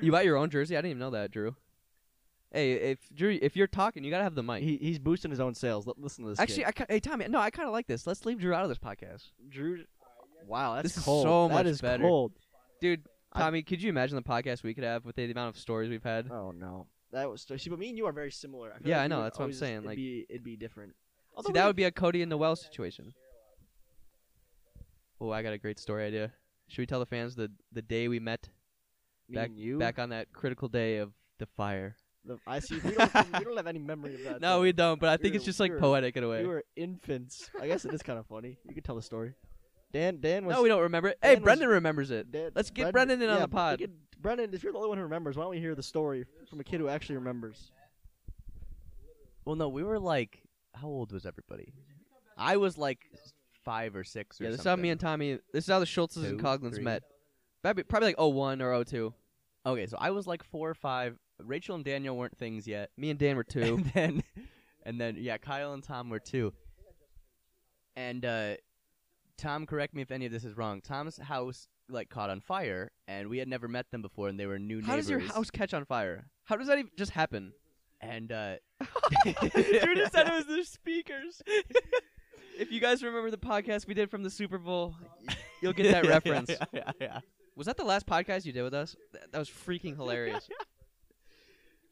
You bought your own jersey? I didn't even know that, Drew. Hey, if Drew, if you're talking, you gotta have the mic.
He, he's boosting his own sales. L- listen to this.
Actually,
kid.
I ki- hey Tommy, no, I kind of like this. Let's leave Drew out of this podcast,
Drew. Wow, that's
This is
cold.
so much
that is
better.
cold.
dude.
I-
Tommy, could you imagine the podcast we could have with the amount of stories we've had?
Oh no, that was see, but me and you are very similar. feel
Yeah,
like
I
we
know,
would
that's what I'm
always-
saying,
it'd
like-
be, it'd be different.
See, that would be a Cody and Noel situation. Oh, I got a great story idea. Should we tell the fans the the day we met
me
back
and you.
back on that critical day of the fire?
the, I see. We don't, we don't have any memory of that.
No,
though.
we don't. But I
we
think it's
were-
just
we
like
were-
poetic in a
We
way.
were infants. I guess it is kind of funny. You can tell the story. Dan, Dan was.
No, we don't remember it. Hey,
Dan was-
Brendan remembers it.
Dan,
Let's get Brendan in on
yeah,
the pod.
we could- Brendan, if you're the only one who remembers, why don't we hear the story from a kid who actually remembers?
Well, no, we were like, how old was everybody? I was like five or six or
Yeah, this is
something.
how me and Tommy. This is how the Schultzes and
Two,
Coglins
three.
met. Probably, probably like 01 or 02.
okay, so I was like four or five. Rachel and Daniel weren't things yet.
Me and Dan were two.
And then, and then yeah, Kyle and Tom were two. And uh, Tom, correct me if any of this is wrong. Tom's house like caught on fire, and we had never met them before, and they were new
how
neighbors.
does your house catch on fire? How does that even just happen?
And uh,
Drew just said it was the speakers. if you guys remember the podcast we did from the Super Bowl, you'll get that
yeah,
reference.
yeah, yeah, yeah.
Was that the last podcast you did with us? Th- That was freaking hilarious.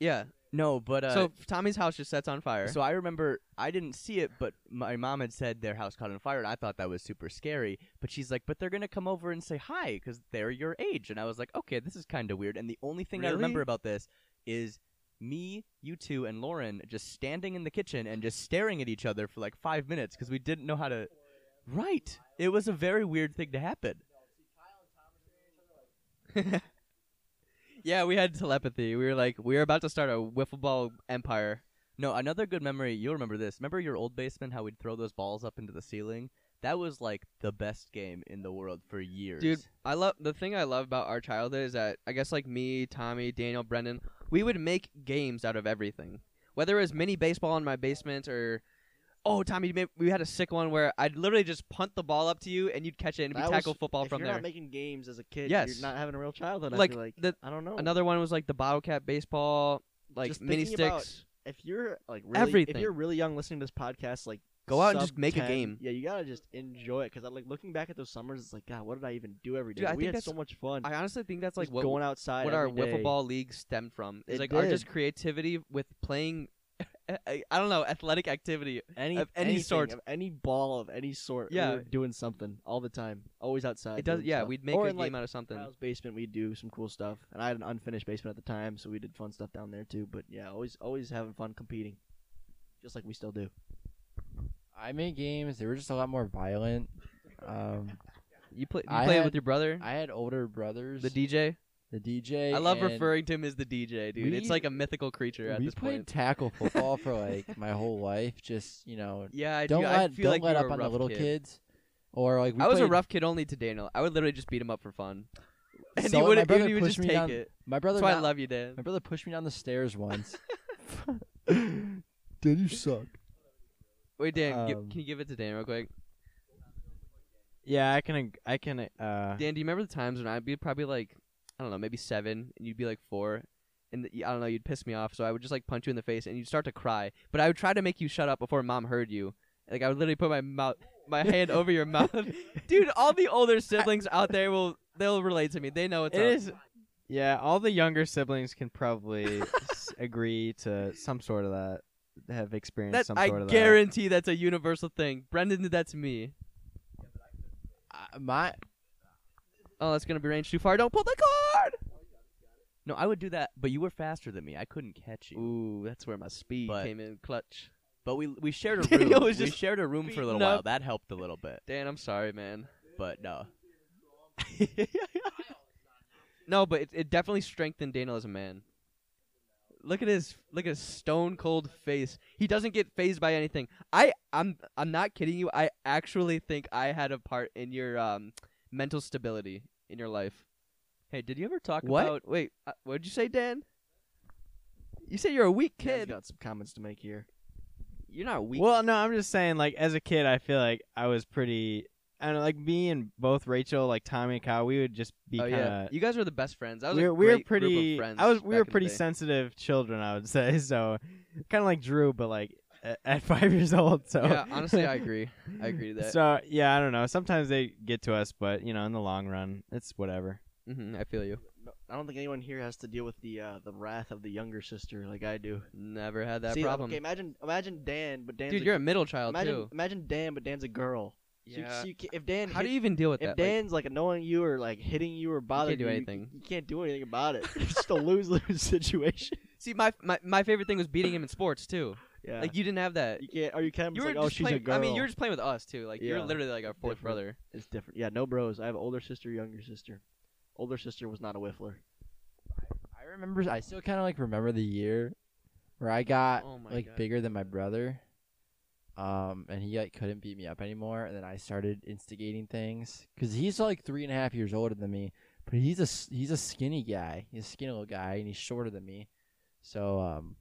yeah.
No, but uh,
so Tommy's house just sets on fire.
So I remember I didn't see it, but my mom had said their house caught on fire, and I thought that was super scary. But she's like, "But they're gonna come over and say hi because they're your age." And I was like, "Okay, this is kind of weird." And the only thing I remember
Really?
about this is me, you two, and Lauren just standing in the kitchen and just staring at each other for like five minutes because we didn't know how to. Right. It was a very weird thing to happen.
yeah, we had telepathy. We were like, we were about to start a wiffle ball empire.
No, another good memory. You'll remember this. Remember your old basement? How we'd throw those balls up into the ceiling. That was like the best game in the world for years.
Dude, I love the thing I love about our childhood is that I guess like me, Tommy, Daniel, Brendan, we would make games out of everything. Whether it was mini baseball in my basement or oh, Tommy, you made- we had a sick one where I'd literally just punt the ball up to you and you'd catch it and we
That was-
tackle football
if
from
you're
there.
not making games as a kid,
Yes.
you're not having a real childhood.
Like,
I feel like
the-
I don't know.
Another one was like the bottle cap baseball, like
Just
mini
thinking about
sticks.
if you're like really,
Everything.
if you're really young listening to this podcast, like
Go out and
sub
just make a
10.
game.
Yeah, you gotta just enjoy it because I like looking back at those summers. It's like, God, what did I even do every day?
Dude, I
we
think
had
that's-
so much fun.
I honestly think that's like
Just
what
going outside.
what our
every day.
wiffle ball league stemmed from. It's
It
like our just creativity with playing. I I don't know athletic activity.
any
of any
anything,
sort.
of any ball of any sort. we
Yeah.
were doing something all the time, always outside.
It does.
doing
Yeah,
stuff.
we'd make
or
a
in,
game
like,
out of something.
Kyle's basement. We'd do some cool stuff, and I had an unfinished basement at the time, so we did fun stuff down there too. But yeah, always always having fun competing, just like we still do.
I made games. They were just a lot more violent. Um,
You play. You
I
play
had-
with your brother,
I had older brothers.
the DJ.
the DJ.
I love
and
referring to him as the DJ, dude. it's
we-
like a mythical creature at
We
this
played
point.
tackle football for like my whole life. Just you know,
Yeah, I do.
don't
I
let
feel
don't
like
let
you were
up
a
on the
rough
little
kid.
kids. Or like we
I was a
played-
rough kid only to Daniel. I would literally just beat him up for fun, and
So
he
my
wouldn't.
brother
he would
pushed
just
me
take
down-
it.
My brother.
That's why I
not-
love you, Dan.
My brother pushed me down the stairs once.
Did you suck?
Wait, Dan, gi-
Um,
can you give it to Dan real quick?
Yeah, I can. ag- I can. Uh,
Dan, do you remember the times when I'd be probably like, I don't know, maybe seven, and you'd be like four, and th- I don't know, you'd piss me off, so I would just like punch you in the face, and you'd start to cry. But I would try to make you shut up before mom heard you. Like I would literally put my mouth, my hand over your mouth, dude. All the older siblings out there will they'll relate to me. They know it's
it is. Yeah, all the younger siblings can probably s- agree to some sort of that. Have experienced
That
some
I
sort of
guarantee that's a universal thing. Brendan did that to me.
I, my
Oh, that's gonna be range too far. Don't pull the card.
No, I would do that, but you were faster than me. I couldn't catch you.
Ooh, that's where my speed
But-
came in clutch.
But we we shared a room.
Daniel was
we
just
shared a room for a little
beaten
while.
up.
That helped a little bit.
Dan, I'm sorry, man.
But no,
No, but it, it definitely strengthened Daniel as a man. Look at his look at his stone cold face. He doesn't get phased by anything. I I'm I'm not kidding you. I actually think I had a part in your um mental stability in your life.
hey, did you ever talk
What?
about?
Wait, uh, what did you say, Dan? You said you're a weak
Kid
kid.
got some comments to make here.
you're not
that.
weak.
Well, no, I'm just saying. Like as a kid, I feel like I was pretty. I don't know, like me and both Rachel, like Tommy and Kyle, we would just be
oh
kind of.
yeah, you guys were the best friends. I was
we
a
were, we were
great group of
pretty.
friends
I was. We
back
were
in the
pretty
day.
sensitive children, I would say. So, kind of like Drew, but like a- at five years old. So
Yeah, honestly, I agree. I agree to that.
So yeah, I don't know. Sometimes they get to us, but you know, in the long run, it's whatever.
hmm I feel you.
No, I don't think anyone here has to deal with the uh, the wrath of the younger sister like I do.
Never had that
See,
problem.
Okay, imagine imagine Dan, but Dan's
Dude,
a,
you're a middle child
imagine
too.
imagine Dan, but Dan's a girl. So you- so you ca- if Dan,
How
hit-
do you even deal with
if
that? Like,
Dan's like annoying you or like hitting you or bothering
do
you,
anything.
You, can't do anything about it. It's just a lose lose situation.
See, my, my my favorite thing was beating him in sports too.
Yeah.
Like you didn't have that.
you can't. Are you kind of
You
just
were
like, oh,
just
she's
playing.
a girl?
I mean, you were just playing with us too. Like you're
Yeah.
literally like our fourth
Different.
brother.
It's different. Yeah, no bros. I have older sister, younger sister. Older sister was not a whiffler.
I remember. I still kind of like remember the year where I got
Oh my
like
God.
bigger than my brother, um, and he like couldn't beat me up anymore. And then I started instigating things because he's like three and a half years older than me, but he's a s- he's a skinny guy. He's a skinny little guy, and he's shorter than me. So um,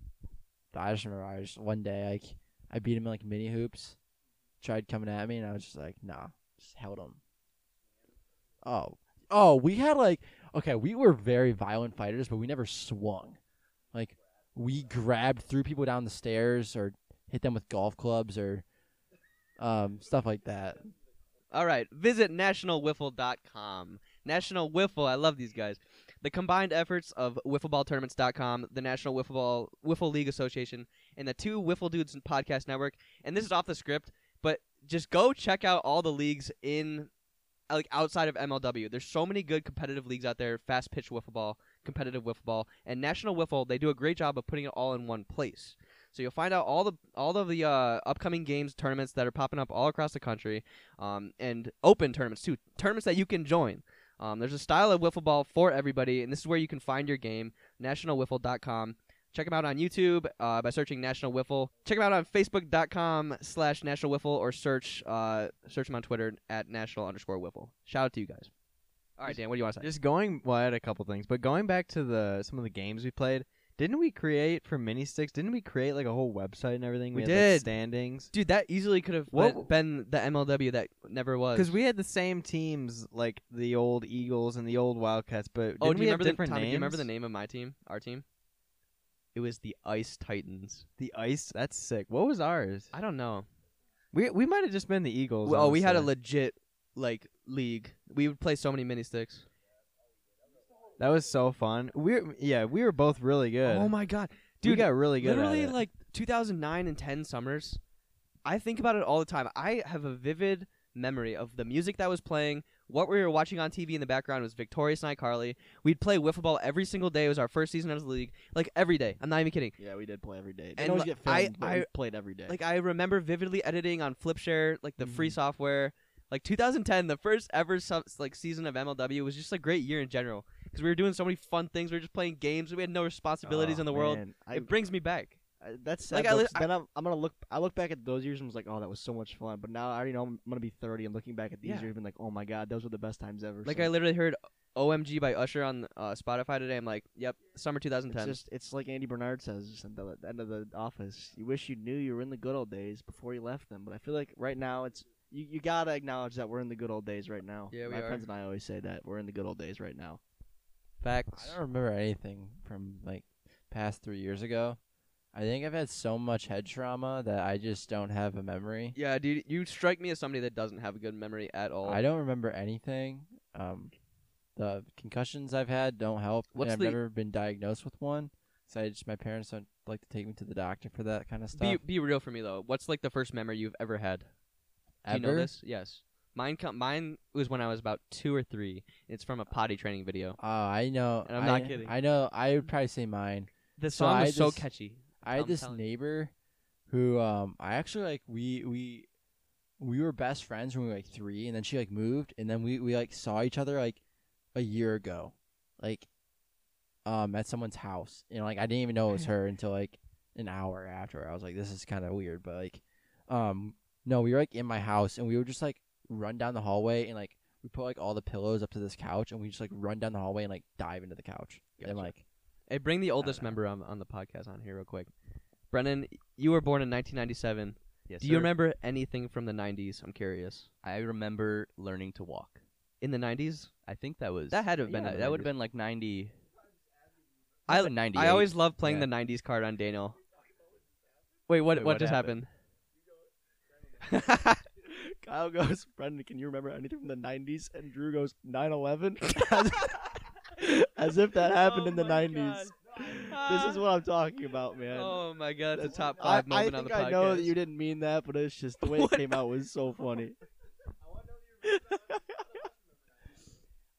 I just remember I just one day like I beat him in like mini hoops, tried coming at me, and I was just like, nah, just held him. Oh, oh, we had like okay, we were very violent fighters, but we never swung. Like we grabbed, threw people down the stairs, or hit them with golf clubs, or um, stuff like that.
All right, visit nationalwiffle.com. National Wiffle, I love these guys. The combined efforts of wiffleballtournaments.com, the National Wiffle Ball Wiffle League Association, and the two Wiffle Dudes podcast network. And this is off the script, but just go check out all the leagues in like outside of MLW. There's so many good competitive leagues out there, fast pitch wiffle ball, competitive wiffle ball, and National Wiffle, they do a great job of putting it all in one place. So you'll find out all the all of the uh, upcoming games, tournaments that are popping up all across the country um, and open tournaments too. Tournaments that you can join. Um, there's a style of wiffle ball for everybody, and this is where you can find your game. NationalWiffle.com. Check them out on YouTube uh, by searching National Wiffle. Check them out on Facebook.com slash National Wiffle or search uh, search them on Twitter at National underscore Wiffle. Shout out to you guys. All right, Dan, what do you want to say?
Just going. Well, I had a couple things, but going back to the some of the games we played. Didn't we create for mini sticks? Didn't we create like a whole website and everything?
We
had, like,
did.
standings
Dude, that easily could have
What-
been the MLW that never was.
because we had the same teams like the old Eagles and the old Wildcats, but
oh,
didn't
do
we
you
have
remember the
different
Tommy,
names?
Do you remember the name of my team, our team? It was the Ice Titans.
The Ice. That's sick. What was ours?
I don't know.
We we might have just been the Eagles.
Well, oh, we had a
honestly.
legit like league. We would play so many mini sticks.
that was so fun. We are yeah, we were both really good.
Oh my god,
Dude, we
dude!
got really good. at
literally
it.
like 2009 and 10 summers. I think about it all the time. I have a vivid memory of the music that was playing. What we were watching on TV in the background was Victorious iCarly. We'd play wiffle ball every single day. It was our first season as a league, like every day. I'm not even kidding.
Yeah, we did play every day.
And
Didn't always
like,
get
I-
filmed, but
I-
we played every day.
Like I remember vividly editing on Flipshare, like the
Mm.
free software. Like 2010, the first ever sub- like season of MLW was just a great year in general because we were doing so many fun things. We were just playing games. We had no responsibilities
Oh,
in the world.
man, I,
it brings me back.
I- that's sad.
Like,
Like,
I li- I-
then I'm, I'm gonna look. I look back at those years and was like, "Oh, that was so much fun." But now I already know I'm, gonna be 30 and looking back at these
Yeah.
years and like, "Oh my god, those were the best times ever."
Like
so
I literally heard OMG by Usher on uh, Spotify today. I'm like, yep, summer
It's
2010.
just it's like Andy Bernard says just at the end of the office. You wish you knew you were in the good old days before you left them. But I feel like right now it's you, you gotta acknowledge that we're in the good old days right now.
Yeah, we
my
are.
friends and I always say that we're in the good old days right now.
I
Facts.
don't remember anything from like past three years ago. I think I've had so much head trauma that I just don't have a memory.
Yeah, dude, you strike me as somebody that doesn't have a good memory at all.
I don't remember anything. Um, the concussions I've had don't help, and
What's
I've
the-
never been diagnosed with one. So I just my parents don't like to take me to the doctor for that kind of stuff.
be be real for me though. What's like the first memory you've ever had?
ever.
Do you know this? Yes. Mine com- mine was when I was about 2 or 3. It's from a potty training video.
Oh, I know.
And I'm not
I-
kidding.
I know. I would probably say mine.
The
So
song
I
was so
just-
catchy.
I had
I'm
this
telling you.
neighbor who um I actually like we we we were best friends when we were like three and then she like moved and then we, we like saw each other like a year ago. Like um at someone's house. And like I didn't even know it was her until like an hour after. I was like, this is kinda weird, but like um no, we were like in my house and we would just like run down the hallway and like we put like all the pillows up to this couch and we just like run down the hallway and like dive into the couch. And
Gotcha.
like
Hey, bring the oldest
know.
member on, on the podcast on here real quick. Brennan, you were born in 1997.
Yes,
Do you
sir.
remember anything from the 90s? I'm curious.
I remember learning to walk.
In the 90s?
I think that was
That had to have been
yeah,
in the
that would have
90s.
been like ninety.
I,
been 98.
I always love playing
Yeah.
the 90s card on Daniel. Wait, what
Wait,
what
what
just happened?
happened?
Kyle goes, Brendan, can you remember anything from the 90s? And Drew goes, 9 11. As if that happened
Oh
in the
my
90s.
God.
This is what I'm talking about, man.
Oh my god, the
That's-
top
I-
five moment
I
on the
think
podcast.
I know that you didn't mean that, but it's just the way it
What?
came out was so funny.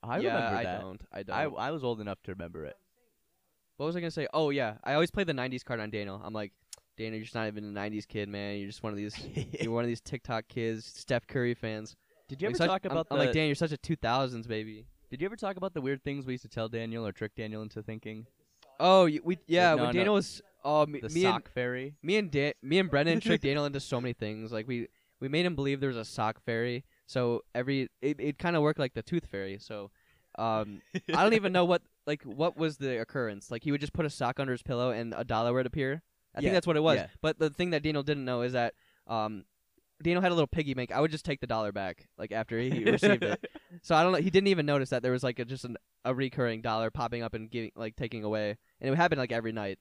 I
yeah,
remember
I
that.
don't. I don't.
I I was old enough to remember it.
what was I gonna say? Oh yeah, I always play the '90s card on Daniel. I'm like, Daniel, you're just not even a '90s kid, man. You're just one of these. you're one of these TikTok kids, Steph Curry fans.
Did you
I'm
ever
such-
talk
I'm-
about
I'm,
the
like, Dan, you're such a 2000s baby.
Did you ever talk about the weird things we used to tell Daniel or trick Daniel into thinking?
Oh, you, we yeah.
no,
when
no.
Daniel was, oh, me,
The
me and
sock fairy.
me and Dan, me and Brennan tricked Daniel into so many things. Like we we made him believe there was a sock fairy. So every it, it kind of worked like the tooth fairy. So um, I don't even know what like what was the occurrence. Like he would just put a sock under his pillow and a dollar would appear. I think
Yeah,
that's what it was.
yeah.
But the thing that Daniel didn't know is that um, Daniel had a little piggy bank. I would just take the dollar back like after he received it. So I don't know. He didn't even notice that there was like a, just an, a recurring dollar popping up and giving like taking away, and it happened like every night.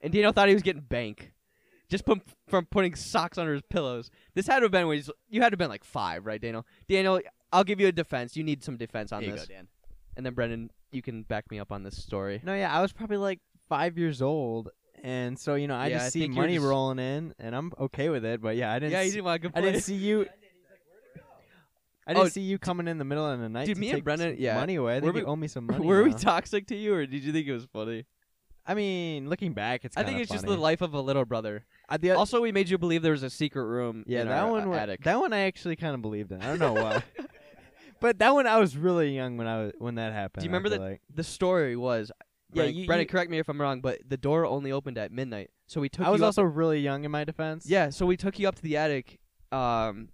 And Dino thought he was getting bank, just from from putting socks under his pillows. This had to have been when he's, you had to have been like five, right, Daniel? Daniel, I'll give you a defense. You need some defense on
There you
this.
go, Dan.
And then Brendan, you can back me up on this story.
No, yeah, I was probably like five years old, and so you know I
Yeah,
just
I
see
think you're
money
just-
rolling in, and I'm okay with it. But yeah, I didn't.
yeah,
see,
you didn't want to
I
complain.
didn't see you. I didn't
Oh,
see you coming in the middle of the night.
dude,
to
me and
take
Brennan-
some
yeah,
money away. I
were
think you
we-
owe me some money.
Were we
now.
toxic to you, or did you think it was funny?
I mean, looking back, it's.
I think
kinda
it's just
funny.
the life of a little brother.
I- the oth-
Also, we made you believe there was a secret room.
yeah,
in
that
our,
one.
uh,
wa-
attic.
That one I actually kind of believed in. I don't know why. But that one, I was really young when I was, when that happened. I
remember
feel
that-
Like.
the story was.
Yeah,
Yeah,
you-
Brennan,
you-
correct me if I'm wrong, but the door only opened at midnight, so we took.
I was
you up-
also really young in my defense.
Yeah, so we took you up to the attic. Um,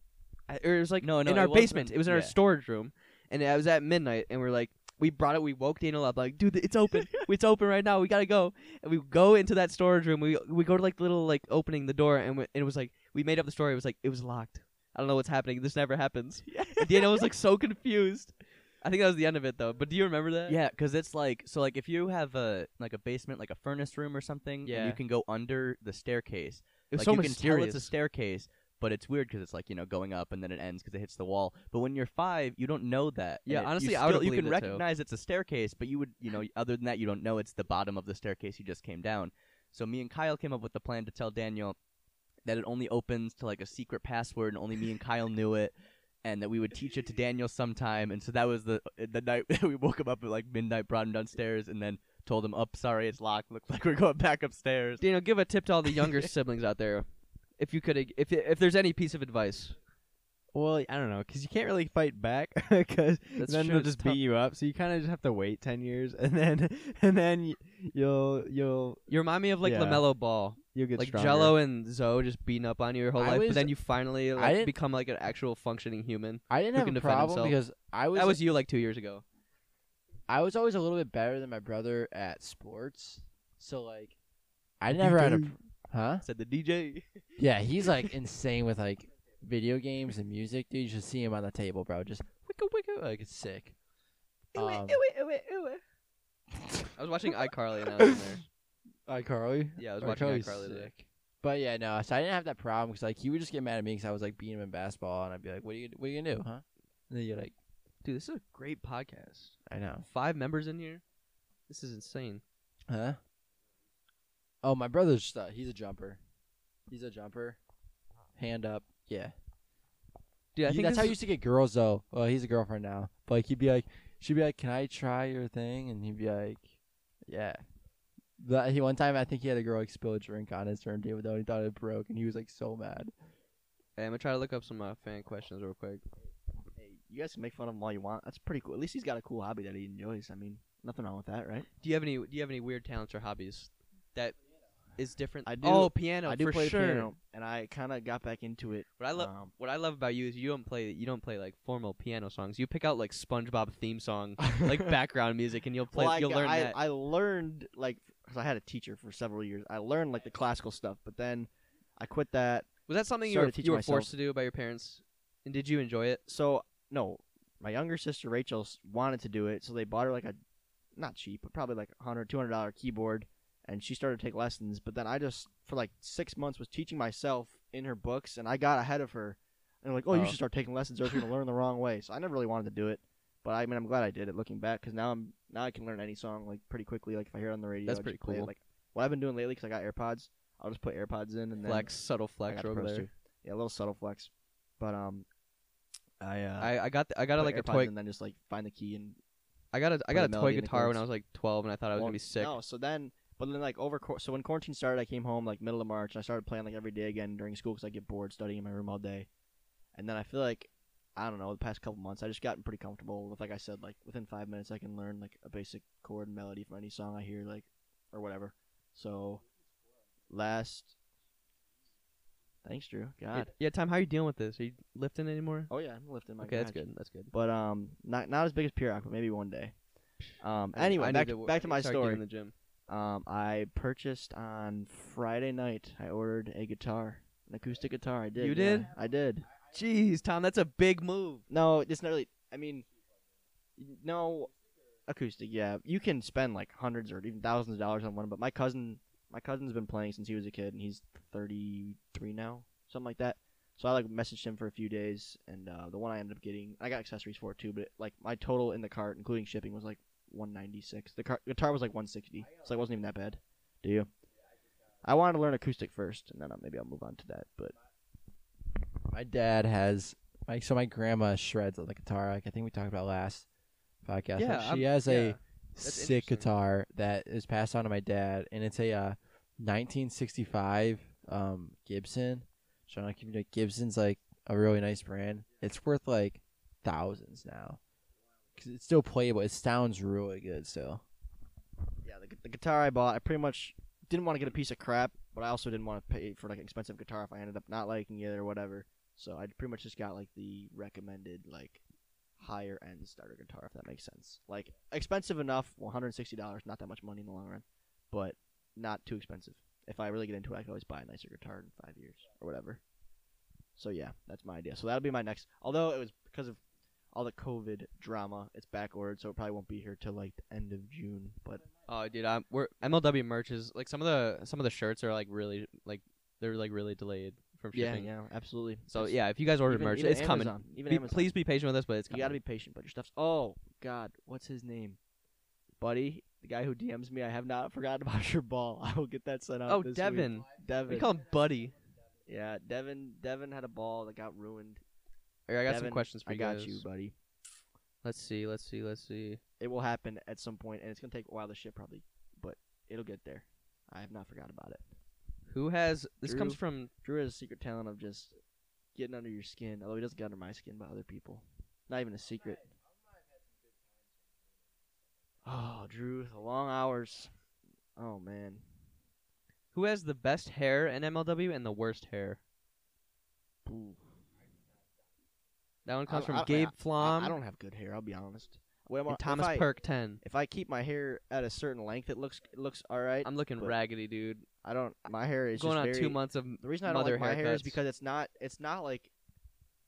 I- or it was like
No, no,
in our
it wasn't-
basement. It was in our
yeah.
storage room, and it was at midnight. And we're like, we brought it. We woke Daniel up, like, dude, it's open. it's open right now. We gotta go. And we go into that storage room. We we go to like the little like opening the door, and, we, and it was like we made up the story. It was like it was locked. I don't know what's happening. This never happens. And Daniel was like so confused. I think that was the end of it though. But do you remember that?
Yeah, because it's like so like if you have a like a basement like a furnace room or something, and
Yeah.
you can go under the staircase.
it was
like
so
you
mysterious.
can tell it's a staircase, but it's weird because it's like you know going up and then it ends because it hits the wall. But when you're five, you don't know that. and
Yeah,
it- you
honestly, I would
still- you
believe
can
it, too.
recognize it's a staircase, but you would you know other than that you don't know it's the bottom of the staircase you just came down. So me and Kyle came up with the plan to tell Daniel that it only opens to like a secret password and only me and Kyle knew it. And that we would teach it to Daniel sometime, and so that was the uh, the night we woke him up at like midnight, brought him downstairs, and then told him, "Up, sorry, it's locked. Looks like we're going back upstairs."
Daniel, give a tip to all the younger siblings out there, if you could, if if there's any piece of advice.
Well, I don't know, because you can't really fight back, because
That's
then
true,
they'll
it's
just
tough.
beat you up. So you kind of just have to wait ten years, and then and then y- you'll you'll
You remind me of like
Yeah.
Lamelo Ball,
you'll get
like
stronger.
Jello and Zoe just beating up on you your whole
I
life,
was-
but then you finally
I
like
didn't-
become like an actual functioning human.
I didn't
who
have
can
a
defend
problem
himself.
because I was,
that was you like two years ago.
I was always a little bit better than my brother at sports. So like, I never had a pr- huh.
Said the DJ.
Yeah, he's like insane with like video games and music, dude. You should see him on the table, bro. Just wicka wicka, like it's sick. Um,
I was watching iCarly and I was in there.
iCarly.
Yeah, I was
Or
watching
Charlie's
iCarly. today.
sick. But yeah, no. So I didn't have that problem because like he would just get mad at me because I was like beating him in basketball, and I'd be like, "What are you, what are you gonna do, huh?" And then you're like,
Dude, this is a great podcast.
"I know,
Five members in here. This is insane.
huh?" Oh, my brother's just, uh, he's a jumper. He's a jumper. Hand up, yeah.
Dude, I
He-
think
that's
this
how
is-
you used to get girls though. Well, he's a girlfriend now, but like, he'd be like, she'd be like, "Can I try your thing?" And he'd be like, "Yeah." That he one time I think he had a girl like spill a drink on his turntable though, and he thought it broke, and he was like so mad.
Hey, I'm gonna try to look up some uh, fan questions real quick.
Hey, you guys can make fun of him all you want. That's pretty cool. At least he's got a cool hobby that he enjoys. I mean, nothing wrong with that, right?
Do you have any? Do you have any weird talents or hobbies that is different?
I do-
Oh, piano.
I do
for
play the
sure.
piano, and I kind of got back into it.
What I love,
um,
what I love about you is you don't play, you don't play like formal piano songs. You pick out like SpongeBob theme song, like background music, and you'll play.
well, I,
you'll
got-
learn
I,
that.
I learned like because I had a teacher for several years. I learned like the classical stuff, but then I quit that.
Was that something you
started
were,
teaching
you were
myself.
forced to do by your parents? And did you enjoy it?
So no, my younger sister Rachel s- wanted to do it, so they bought her like a not cheap, but probably like a hundred, two hundred dollar keyboard, and she started to take lessons. But then I just for like six months was teaching myself in her books, and I got ahead of her. And like, oh,
Oh.
you should start taking lessons, or else you're gonna learn the wrong way. So I never really wanted to do it, but I mean, I'm glad I did it looking back, because now I'm now I can learn any song like pretty quickly. Like if I hear it on the radio,
That's
I just
pretty
play it.
cool.
Like what I've been doing lately, because I got AirPods, I'll just put AirPods in and then
Flex, subtle
I
flex
got the
over
Pros
there.
too. Yeah, a little subtle flex, but um, I uh,
I, I got, the, I got a,
put
like a
AirPods
toy,
and then just like find the key and
I got a, I
put a
got a toy
melody in the
guitar when
chords.
I was like 12, and I thought I was
Well,
gonna be sick.
No, so then, but then like over quar- so when quarantine started, I came home like middle of March and I started playing like every day again during school because I get bored studying in my room all day, and then I feel like I don't know the past couple months I just gotten pretty comfortable with like I said like within five minutes I can learn like a basic chord and melody from any song I hear like or whatever. So last, thanks Drew.
Yeah,
God.
yeah, Tom, how are you dealing with this? Are you lifting anymore?
Oh yeah, I'm lifting my.
okay, that's
garage.
good. That's good.
But um, not not as big as Pirog, but maybe one day. Um,
I-
anyway,
I
back
need
to,
wo-
back
I
to
need
my
start getting
story.
In the gym.
Um, I purchased on Friday night. I ordered a guitar, an acoustic guitar. I did.
You
yeah,
did?
I did.
Jeez, Tom, that's a big move.
No, it's not really. I mean, no, acoustic. Yeah, you can spend like hundreds or even thousands of dollars on one. But my cousin, my cousin's been playing since he was a kid, and he's thirty three now, something like that. So I like messaged him for a few days, and uh, the one I ended up getting, I got accessories for it too. But like my total in the cart, including shipping, was like one ninety six. The car- guitar was like one sixty, so it wasn't even that bad. Do you? I wanted to learn acoustic first, and then uh, maybe I'll move on to that. But
My dad has like so my grandma shreds on the guitar. Like I think we talked about last podcast.
Yeah,
Like,
I'm-
she has
yeah.
a
That's
sick
interesting.
guitar that is passed on to my dad, and it's a uh, 1965 um, Gibson. So I keep like Gibson's like a really nice brand. It's worth like thousands now. 'Cause it's still playable. It sounds really good still.
Yeah, the, gu- the guitar I bought, I pretty much didn't want to get a piece of crap, but I also didn't want to pay for like an expensive guitar if I ended up not liking it or whatever. So I pretty much just got like the recommended like higher end starter guitar, if that makes sense. Like expensive enough, one hundred sixty dollars, not that much money in the long run, but not too expensive. If I really get into it, I could always buy a nicer guitar in five years or whatever. So yeah, that's my idea. So that'll be my next. Although it was because of all the COVID drama, it's back ordered, so it probably won't be here till like the end of June. But
Oh, dude, I'm, we're MLW merch is like some of the some of the shirts are like really like they're like really delayed from
Yeah,
shipping.
yeah, absolutely.
So
It's-
yeah, if you guys ordered
even-
merch,
even
it's coming.
Amazon, Even
Be-
Amazon.
please be patient with us, but it's
You
coming.
gotta be patient, but your stuff's. Oh God, what's his name? Buddy, the guy who DMs me, I have not forgotten about your ball. I will get that sent out.
oh,
this week.
Devin,
Devin.
we call him Buddy.
yeah, Devin. Devin had a ball that got ruined.
All right, I got
Devin,
some questions for
I
you
got
guys.
you, buddy.
Let's see, let's see, let's see.
It will happen at some point, and it's gonna take a while to ship probably, but it'll get there. I have not forgotten about it.
Who has this comes
Drew.
from?
Drew has a secret talent of just getting under your skin, although he doesn't get under my skin by other people. Not even a secret. Oh, Drew, the long hours. Oh man.
Who has the best hair in MLW and the worst hair?
Ooh.
That one comes
I-
from
I- I-
Gabe Flom
I, I don't have good hair. I'll be honest. When I'm-
Um, and Thomas
if I,
Perk Ten.
If I keep my hair at a certain length, it looks it looks all right.
I'm looking
but-
raggedy, dude.
I don't. My hair is
Going
just
on
very,
two months of
The reason I don't
mother
like my hair is
haircuts.
because it's not it's not like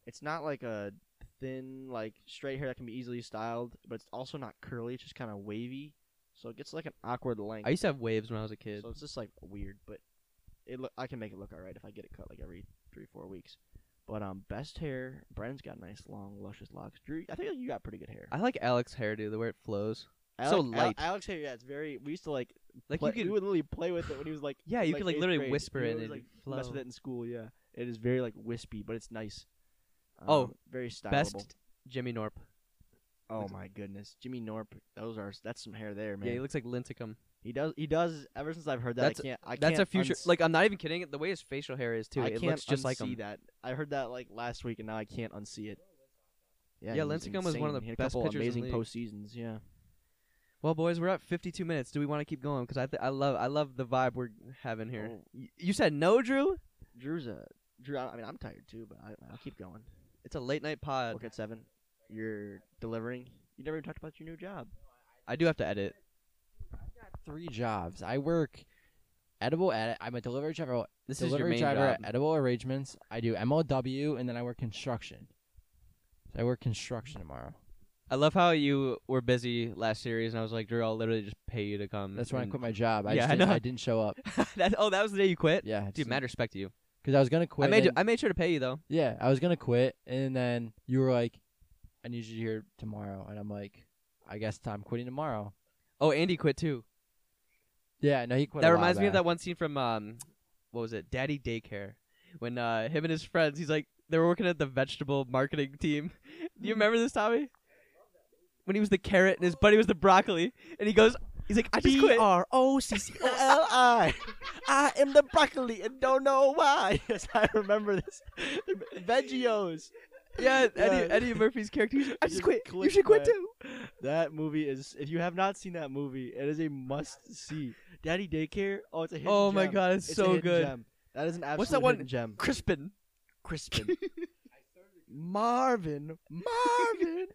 it's not like a thin like straight hair that can be easily styled, but it's also not curly. It's just kind of wavy, so it gets like an awkward length.
I used to have waves when I was a kid.
so it's just like weird, but it look I can make it look alright if I get it cut like every three four weeks. But um, best hair. Brennan's got nice long luscious locks. Drew, I think you got pretty good hair.
I like Alex's hair, dude. The way it flows. so
Alex- Al-
light.
Alex hair, yeah, it's very. We used to like
Like
play,
you
we
could,
would literally play with it when he was like
yeah, you
like
could like
eighth
literally
grade.
whisper
You
in
always,
it.
like,
and flow.
mess with it in school. Yeah, it is very like wispy, but it's nice. Um,
Oh,
very stylable.
Best Jimmy Norp.
Oh my goodness, Jimmy Norp. Those are that's some hair there, man.
Yeah, he looks like Lincecum.
he does. He does. Ever since I've heard that,
That's-
I can't. I
That's
can't
a future.
uns-
like I'm not even kidding. The way his facial hair is too,
I
it
can't
looks just like
unsee
him.
that. I heard that like last week, and now I can't unsee it. Yeah,
Yeah,
he was
Lincecum was one of
insane.
the
He had a
best
couple
pitchers in
amazing
the league.
postseasons. Yeah,
Well, boys, we're at 52 minutes. Do we want to keep going? Because I th- I love I love the vibe we're having here.
Oh.
Y- You said no, Drew.
Drew's a Drew. I I mean, I'm tired too, but I, I'll keep going.
It's a late night pod.
Work at seven. You're delivering. You never even talked about your new job.
I do have to edit.
three jobs. I work edible edit. I'm a delivery driver.
This is your
delivery
main
driver
job.
at edible arrangements. I do MLW, and then I work construction. So I work construction tomorrow.
I love how you were busy last series, and I was like, Drew, I'll literally just pay you to come.
That's when I
and-
quit my job. I
Mm-hmm. Yeah,
just
I
didn't,
know.
I didn't show up.
that, oh, that was the day you quit.
Yeah,
Dude, mad respect to you.
because I was gonna quit.
I made
and-
I made sure to pay you though.
yeah, I was gonna quit, and then you were like, "I need you here tomorrow," and I'm like, "I guess I'm quitting tomorrow."
Oh, Andy quit too.
Yeah, no, he quit.
that
a while
reminds me of
back.
that one scene from um, what was it, Daddy Daycare, when uh, him and his friends, he's like, they were working at the vegetable marketing team. Do you remember this, Tommy? When he was the carrot and his buddy was the broccoli, and he goes, he's like, I just quit.
R O C C O L I. I am the broccoli and don't know why. Yes, I remember this. Veggios.
Yeah, Eddie,
Yeah.
Eddie Murphy's character. He's, like, I
Just
just quit. You
clicked
should quit
that.
too.
That movie is. If you have not seen that movie, it is a must see. Daddy Daycare. Oh, it's a hidden
Oh my
gem.
god, it's,
It's a
so
hidden
good.
gem. That is an absolute
What's that one-
hidden gem.
Crispin.
Crispin. Marvin. Marvin.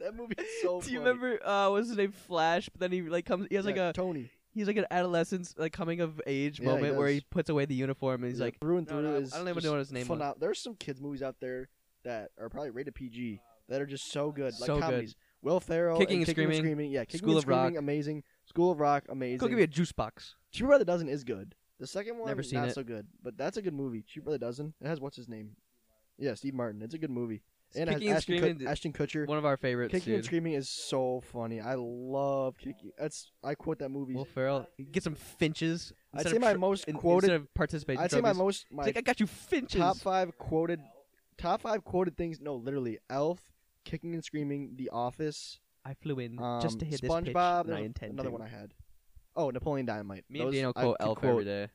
that movie is so.
Do you
funny.
remember uh what's his name Flash? But then he like comes he has like
Yeah,
a
Tony.
he's like an adolescence like coming of age
Yeah, he
moment where
does.
he puts away the uniform and he's
Yeah,
like
through and
no,
through
no, I-
is
I don't even
just
know what his name was.
phenom- There's some kids movies out there that are probably rated PG that are just so good, like
So good.
comedies. Will Ferrell,
Kicking
and
and
Kicking
Screaming,
yeah, Kicking
School
and
of Rock.
Screaming, amazing. School of Rock, amazing.
go give me a juice box.
Cheaper by the Dozen is good. The second one,
Never seen
not
it.
so good, but that's a good movie. Cheaper by the Dozen. It has what's his name? Yeah, Steve Martin. It's a good movie. And it
Kicking
has
and
Ashton,
Screaming
Kut-
is
Ashton Kutcher.
One of our favorites,
Kicking and
dude.
Screaming is so funny. I love Kicking. That's I quote that movie.
Will Ferrell get some finches.
I'd
instead
say
of
my
tr-
most
in-
quoted.
instead of participation.
I'd say my
trophies.
most
He's
my
like I got you finches.
top five quoted top five quoted things no literally elf kicking and screaming the office
I flew in
um,
just to hit this pitch.
spongebob
and I
there's
intend
another
to.
one i had oh napoleon dynamite
Me and
Those
Daniel
I
quote
could
Elf
quote
every day.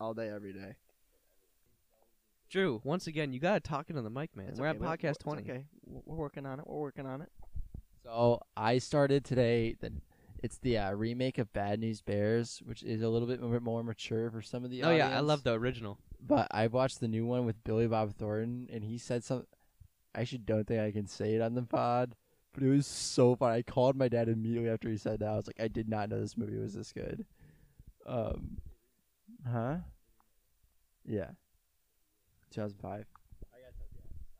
all day every day
Drew, once again, you gotta talk into the mic, man.
It's
We're
okay,
at podcast
it's
twenty.
okay W- we're working on it we're working on it
So I started today. The, it's the uh, remake of Bad News Bears, which is a little bit more, more mature for some of the.
Oh yeah, I
audience.
love the original.
But I watched the new one with Billy Bob Thornton, and he said something. I actually don't think I can say it on the pod, but it was so fun. I called my dad immediately after he said that. I was like, I did not know this movie was this good. Um, huh? Yeah. 2005.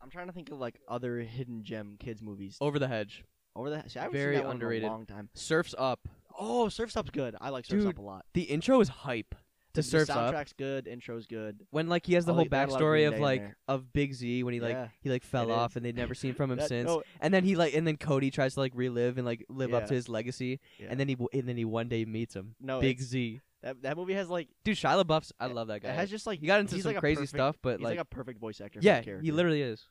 i'm trying to think of like other hidden gem kids movies
Over the hedge.
over the see, I haven't
very
seen that one
underrated.
in a long time
Surfs up.
oh surf's up's good i like surf's
Dude.
up a lot
The intro is hype. to
the
Surf's Up.
soundtrack's good, intro's good.
When like he has the
I
whole
like- they had a lot of
backstory
Green
of
Day in
like
there.
of Big Z when he like
Yeah.
he like fell
It
off
is.
and they'd never seen from him
That- oh,
since.
no,
And then he like and then Cody tries to like relive and like live up
Yeah.
to his legacy.
Yeah.
And then he w- and then he one day meets him.
no,
Big
it's-
Z.
that, that movie has like
Dude, Shia LaBeouf's I love that guy.
it has just like
he got into
he's
some
like a
crazy
perfect-
stuff, but
He's like, a perfect voice actor. for
yeah,
the
he
character.
literally is.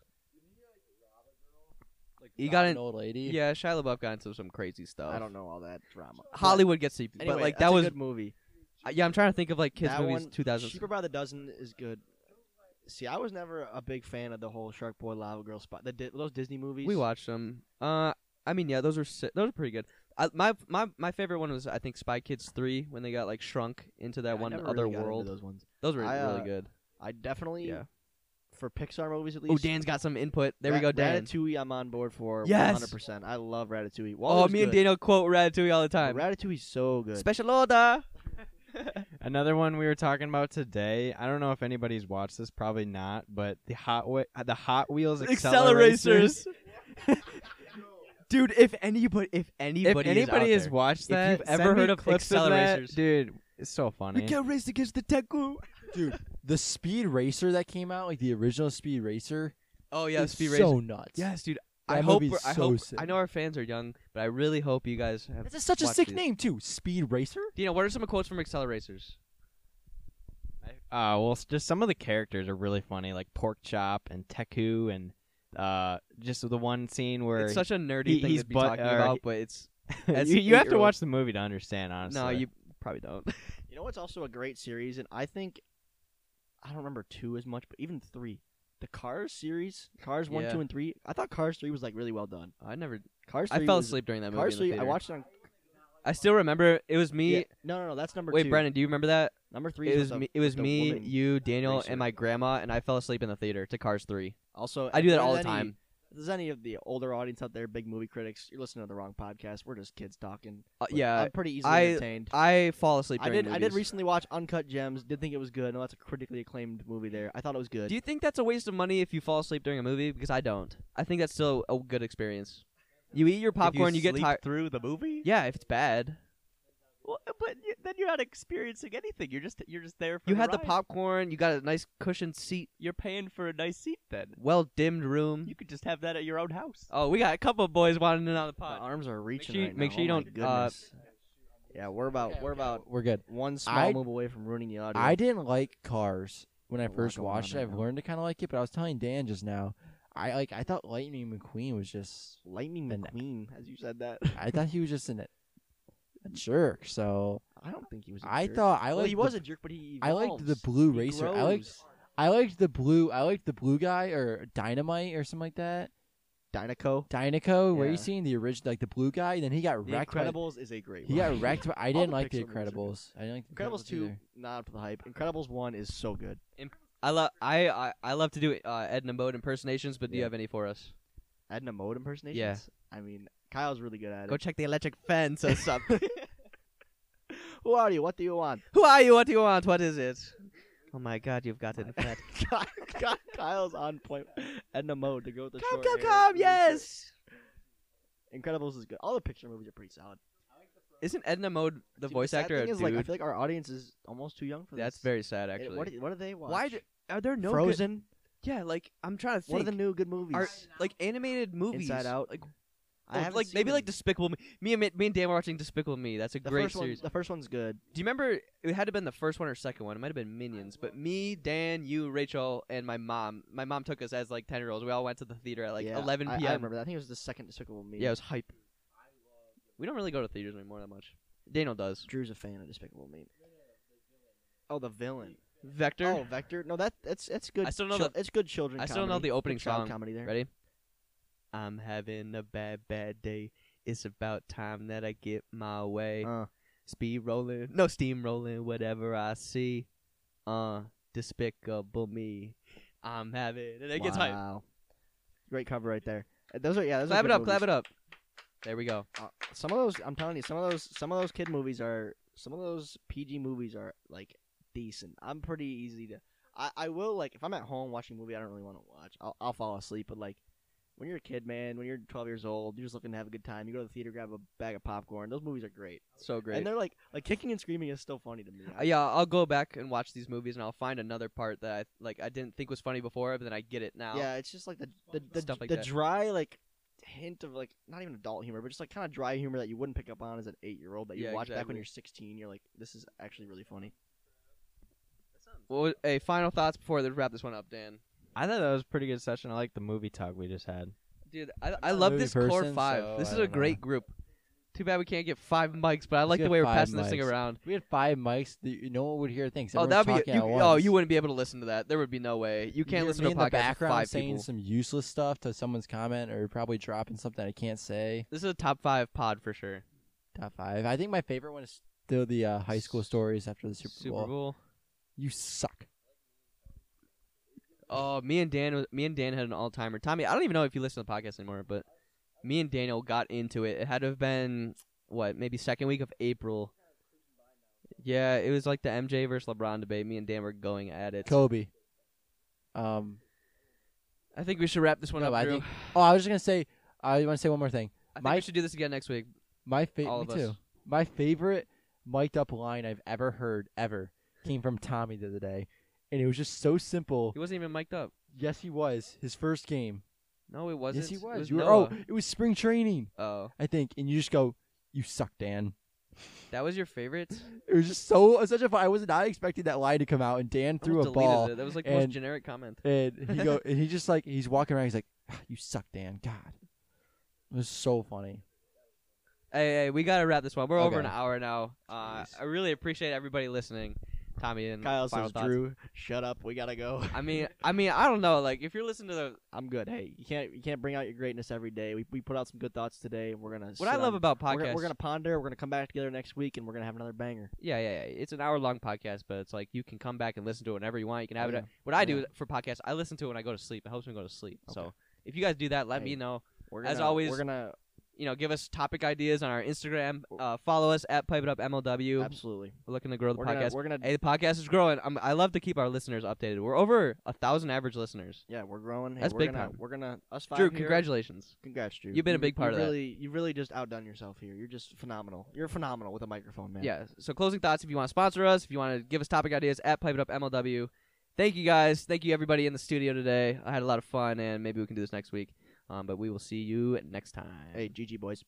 He
Not
got
an
in-
old lady.
Yeah, Shia LaBeouf got into some crazy stuff.
I don't know all that drama. But
Hollywood gets sleepy,
anyway,
but like
that's
that
a
was
good movie.
uh, yeah. I'm trying to think of like kids
that
movies
one,
2000.
Cheaper by the dozen is good. See, I was never a big fan of the whole Shark Boy Lava Girl spot. The, Di- those Disney movies.
We watched them. Uh, I mean, yeah, those were si- those are pretty good. I, my my my favorite one was I think Spy Kids three when they got like shrunk into that
I
one
never
other
really got into
world. Those.
Those ones.
were
I,
really
uh,
good.
I definitely
Yeah.
for Pixar movies at least.
Oh, Dan's got some input. There we go,
Rat-
Dan.
Ratatouille, I'm on board for.
Yes!
100%. I love Ratatouille.
Oh,
Waldo's
me and
good,
Daniel quote Ratatouille all the
but
time.
Ratatouille's so good.
Special order.
Another one we were talking about today. I don't know if anybody's watched this, probably not, but the Hot Whe- the Hot Wheels Acceleracers.
Acceleracers. Dude, if anybody, if
If
anybody,
anybody
is
has
out
watched
If
that,
you've
send
ever
me
heard of
clips of that.
Acceleracers.
dude, it's so funny.
race against the Teku.
dude, the Speed Racer that came out, like the original Speed Racer,
Oh yeah,
is
speed race.
so nuts.
Yes, dude.
That
I hope.
movie's
we're- I
so
hope.
sick.
I know our fans are young, but I really hope you guys have.
that's just such a
watched
sick
these.
name too. Speed Racer.
Dino, what are some quotes from Acceleracers?
Uh, well, s- just some of the characters are really funny, like Pork Chop and Teku, and uh, just the one scene where
It's such a nerdy
he-
thing
he's
to be
but-
talking
or
about,
he-
but it's as
you,
an
you have to
eight-year-old.
watch the movie to understand. Honestly,
no, you probably don't.
You know what's also a great series, and I think I don't remember two as much, but even three. The Cars series, Cars one,
Yeah.
two, and three. I thought Cars three was like really well done.
I never.
Cars three
I fell
was-
asleep during that movie. in
Cars
the
three. I
theater.
watched it on.
I still remember it was me.
yeah, no, no, no. That's number
Wait,
two.
Brandon, do you remember that?
Number three.
It
is
was
with the-
me. It was
with the
me,
woman.
you, Daniel,
racer.
and my grandma, and I fell asleep in the theater to Cars Three.
Also,
I do that
if
all the
there's any-
time.
If there's any of the older audience out there, big movie critics, you're listening to the wrong podcast. We're just kids talking.
Uh,
but
yeah,
I'm pretty easily
I-
entertained.
I fall asleep.
I
during
did. I did
movies.
recently watch Uncut Gems. Did think it was good. I know that's a critically acclaimed movie. There, I thought it was good.
Do you think that's a waste of money if you fall asleep during a movie? Because I don't. I think that's still a good experience. You eat your popcorn, you, get tired.
through the movie.
Yeah, if it's bad,
Well, but you, then you're not experiencing anything. You're just you're just there for.
you had the
ride.
popcorn, you got a nice cushioned seat,
You're paying for a nice seat. Then
well dimmed room.
you could just have that at your own house.
Oh, we got a couple of boys wanting in on the
My
pod.
arms are reaching.
sure you-
right
make
now.
sure you
Oh my
don't, uh,
Goodness. yeah, we're about we're about
We're good.
one small
I-
move away from ruining the audio.
I didn't like Cars when I
A lot
first
going
watched
on
it.
right
I've
now.
learned to kind of like it, but I was telling Dan just now, I like I thought Lightning McQueen was just
Lightning
And-
McQueen, as you said that.
I thought he was just an, a jerk. So
I don't think he was. a
I
jerk.
thought I
well,
liked
he was
the,
a jerk, but he.
I liked the
evolves.
blue
He
racer. I liked
grows.
I liked the blue I liked the blue guy or Dynamite or something like that.
Dynaco.
Dynaco
Yeah.
Racing, the original like the blue guy, then he got
The
wrecked by
Incredibles is a great.
he
one.
got wrecked by I
All the
didn't like the
Pixar movies are good.
Incredibles. I didn't like the
Incredibles two,
either.
not up to the hype. Incredibles one is so good.
I love. I, I I love to do uh, Edna Mode impersonations, but do you
Yeah.
have any for us?
Edna Mode impersonations. I mean, Kyle's really good at it.
Go check the electric fence or something.
Who are you? What do you want?
Who are you? What do you want? What is it? Oh my God, you've got it. Fat.
Ky- Kyle's on point. Edna Mode to go with the
come,
short
come,
hair,
come!
really
Yes.
short- Incredibles is good. All the Pixar movies are pretty solid.
Isn't Edna Mode the
Dude,
voice
sad
actor a
thing
dude?
is, like, I feel like our audience is almost too young for
That's
this.
very sad,
It-
actually.
What do, what do they watch?
Why do, are there no good-
Frozen?
yeah, like I'm trying to think.
What are the new good movies?
Are- like animated movies?
Inside Out.
Like,
I
or,
haven't
like
seen
maybe
them.
like Despicable Me. Me and Ma- me and Dan were watching Despicable Me. That's a
the
great
first
series.
One, the first one's good.
Do you remember? It had to have been the first one or second one. It might have been Minions. But me, Dan, you, Rachel, and my mom. My mom took us as like ten year olds. We all went to the theater at like
Yeah,
11
I-
p.m.
I, remember that. I think it was the second Despicable Me.
Yeah, it was hype. We don't really go to theaters anymore that much. Daniel does.
Drew's a fan of Despicable Me. Oh, the villain.
Vector.
Oh, Vector. No, that that's that's good.
I still know
chil-
the-
it's good children.
I still know
comedy.
the opening
Good child
song.
Comedy there.
Ready? I'm having a bad, bad day. It's about time that I get my way.
Uh,
Speed rolling, no steam rolling, whatever I see. Uh, despicable me. I'm having, and it gets hype.
wow. Great cover right there. Uh, Those are yeah. Those
Clap
are
it up, clap it up. There we go.
up. Some of those, I'm telling you, some of those, some of those kid movies are, some of those PG movies are like decent. I'm pretty easy to. I, I will like if I'm at home watching a movie I don't really want to watch. I'll, I'll fall asleep, but like when you're a kid, man, when you're 12 years old, you're just looking to have a good time. You go to the theater, grab a bag of popcorn. Those movies are great,
So great.
and they're like like kicking and screaming is still funny to me.
Uh, yeah, I'll go back and watch these movies, and I'll find another part that I, like I didn't think was funny before, but then I get it now.
Yeah, it's just like the the the,
Stuff like
the
that.
dry like hint of like not even adult humor, but just like kind of dry humor that you wouldn't pick up on as an eight year old that you
Yeah,
watch back
exactly.
when you're 16. You're like, this is actually really funny.
Well, wa- hey, final thoughts before they wrap this one up, Dan.
I thought that was a pretty good session. I like the movie talk we just had.
Dude, I, I
a
love
movie
this core
person,
five.
so
this
I
is a
don't know.
great group. Too bad we can't get five mics, but I like the
get
way we're
five
passing this thing
mics.
around.
If we had five mics, the, no one would hear things.
Oh,
Everyone's
that'd be
talking
you,
at
oh,
once.
you wouldn't be able to listen to that. There would be no way. You can't
hear
listen
me
to a
in the
podcast with
background
five
saying
people.
some useless stuff to someone's comment or probably dropping something I can't say.
This is a top five pod for sure.
Top five. I think my favorite one is still the uh, high school stories after the Super, Bowl. You suck.
Oh, me and Dan, was- me and Dan had an all timer. Tommy, I don't even know if you listen to the podcast anymore, but me and Daniel got into it. It had to have been what, maybe second week of April. Yeah, it was like the MJ versus LeBron debate. Me and Dan were going at it.
Kobe. Um.
I think we should wrap this one
no,
up.
I
Drew.
think. Oh, I was just gonna say. I want to say one more thing.
I think we
Mike-
should do this again next week.
My
All
favorite.
of
Me too.
us.
My favorite mic'd up line I've ever heard ever came from Tommy the other day, and it was just so simple.
He wasn't even mic'd up.
Yes, he was his first game.
No, it wasn't.
Yes, he was.
It was
you were, oh,
Noah.
it was spring training,
Oh,
I think, and you just go, "You suck, Dan."
that was your favorite.
It was just so it was such a. fun- I was not expecting that line to come out, and Dan
I
threw a
almost deleted
ball,
it. That was like the most
and-
generic comment.
and he go, and he just like he's walking around. He's like, "Ah, "You suck, Dan." God, it was so funny.
Hey, hey, we gotta wrap this one. We're over an
Okay.
hour now. Uh,
Jeez.
I really appreciate everybody listening. Tommy and
Kyle
final
says,
thoughts.
Drew, shut up. We gotta go.
I mean, I mean, I don't know. Like, if you're listening to the,
I'm good. Hey, you can't you can't bring out your greatness every day. We, we put out some good thoughts today. We're gonna.
what I love about podcasts,
we're, gonna- we're gonna ponder. We're gonna come back together next week, and we're gonna have another banger.
yeah, yeah, yeah, it's an hour long podcast, but it's like you can come back and listen to it whenever you want. You can have
Oh,
it.
yeah.
What I do
Yeah.
for podcasts, I listen to it when I go to sleep. It helps me go to sleep.
Okay.
So if you guys do that, let
Hey.
me know.
We're
As
gonna-
always,
we're gonna
You know, give us topic ideas on our Instagram. Uh, follow us at Pipe It Up MLW.
absolutely.
We're looking to grow the
We're gonna,
podcast.
we're gonna
hey, the podcast is growing. i I love to keep our listeners updated. We're over a thousand average listeners.
Yeah, we're growing. Hey,
That's
we're
big
gonna,
time.
We're gonna us five.
Drew,
here-
congratulations.
Congrats, Drew.
You've been a
You-
big part
you
of that.
Really, you really just outdone yourself here. You're just phenomenal. You're phenomenal with a microphone, man.
Yeah. So closing thoughts. If you want to sponsor us, if you want to give us topic ideas, at Pipe It Up MLW. Thank you guys. Thank you everybody in the studio today. I had a lot of fun, and maybe we can do this next week. Um, but we will see you next time.
Hey, GG boys.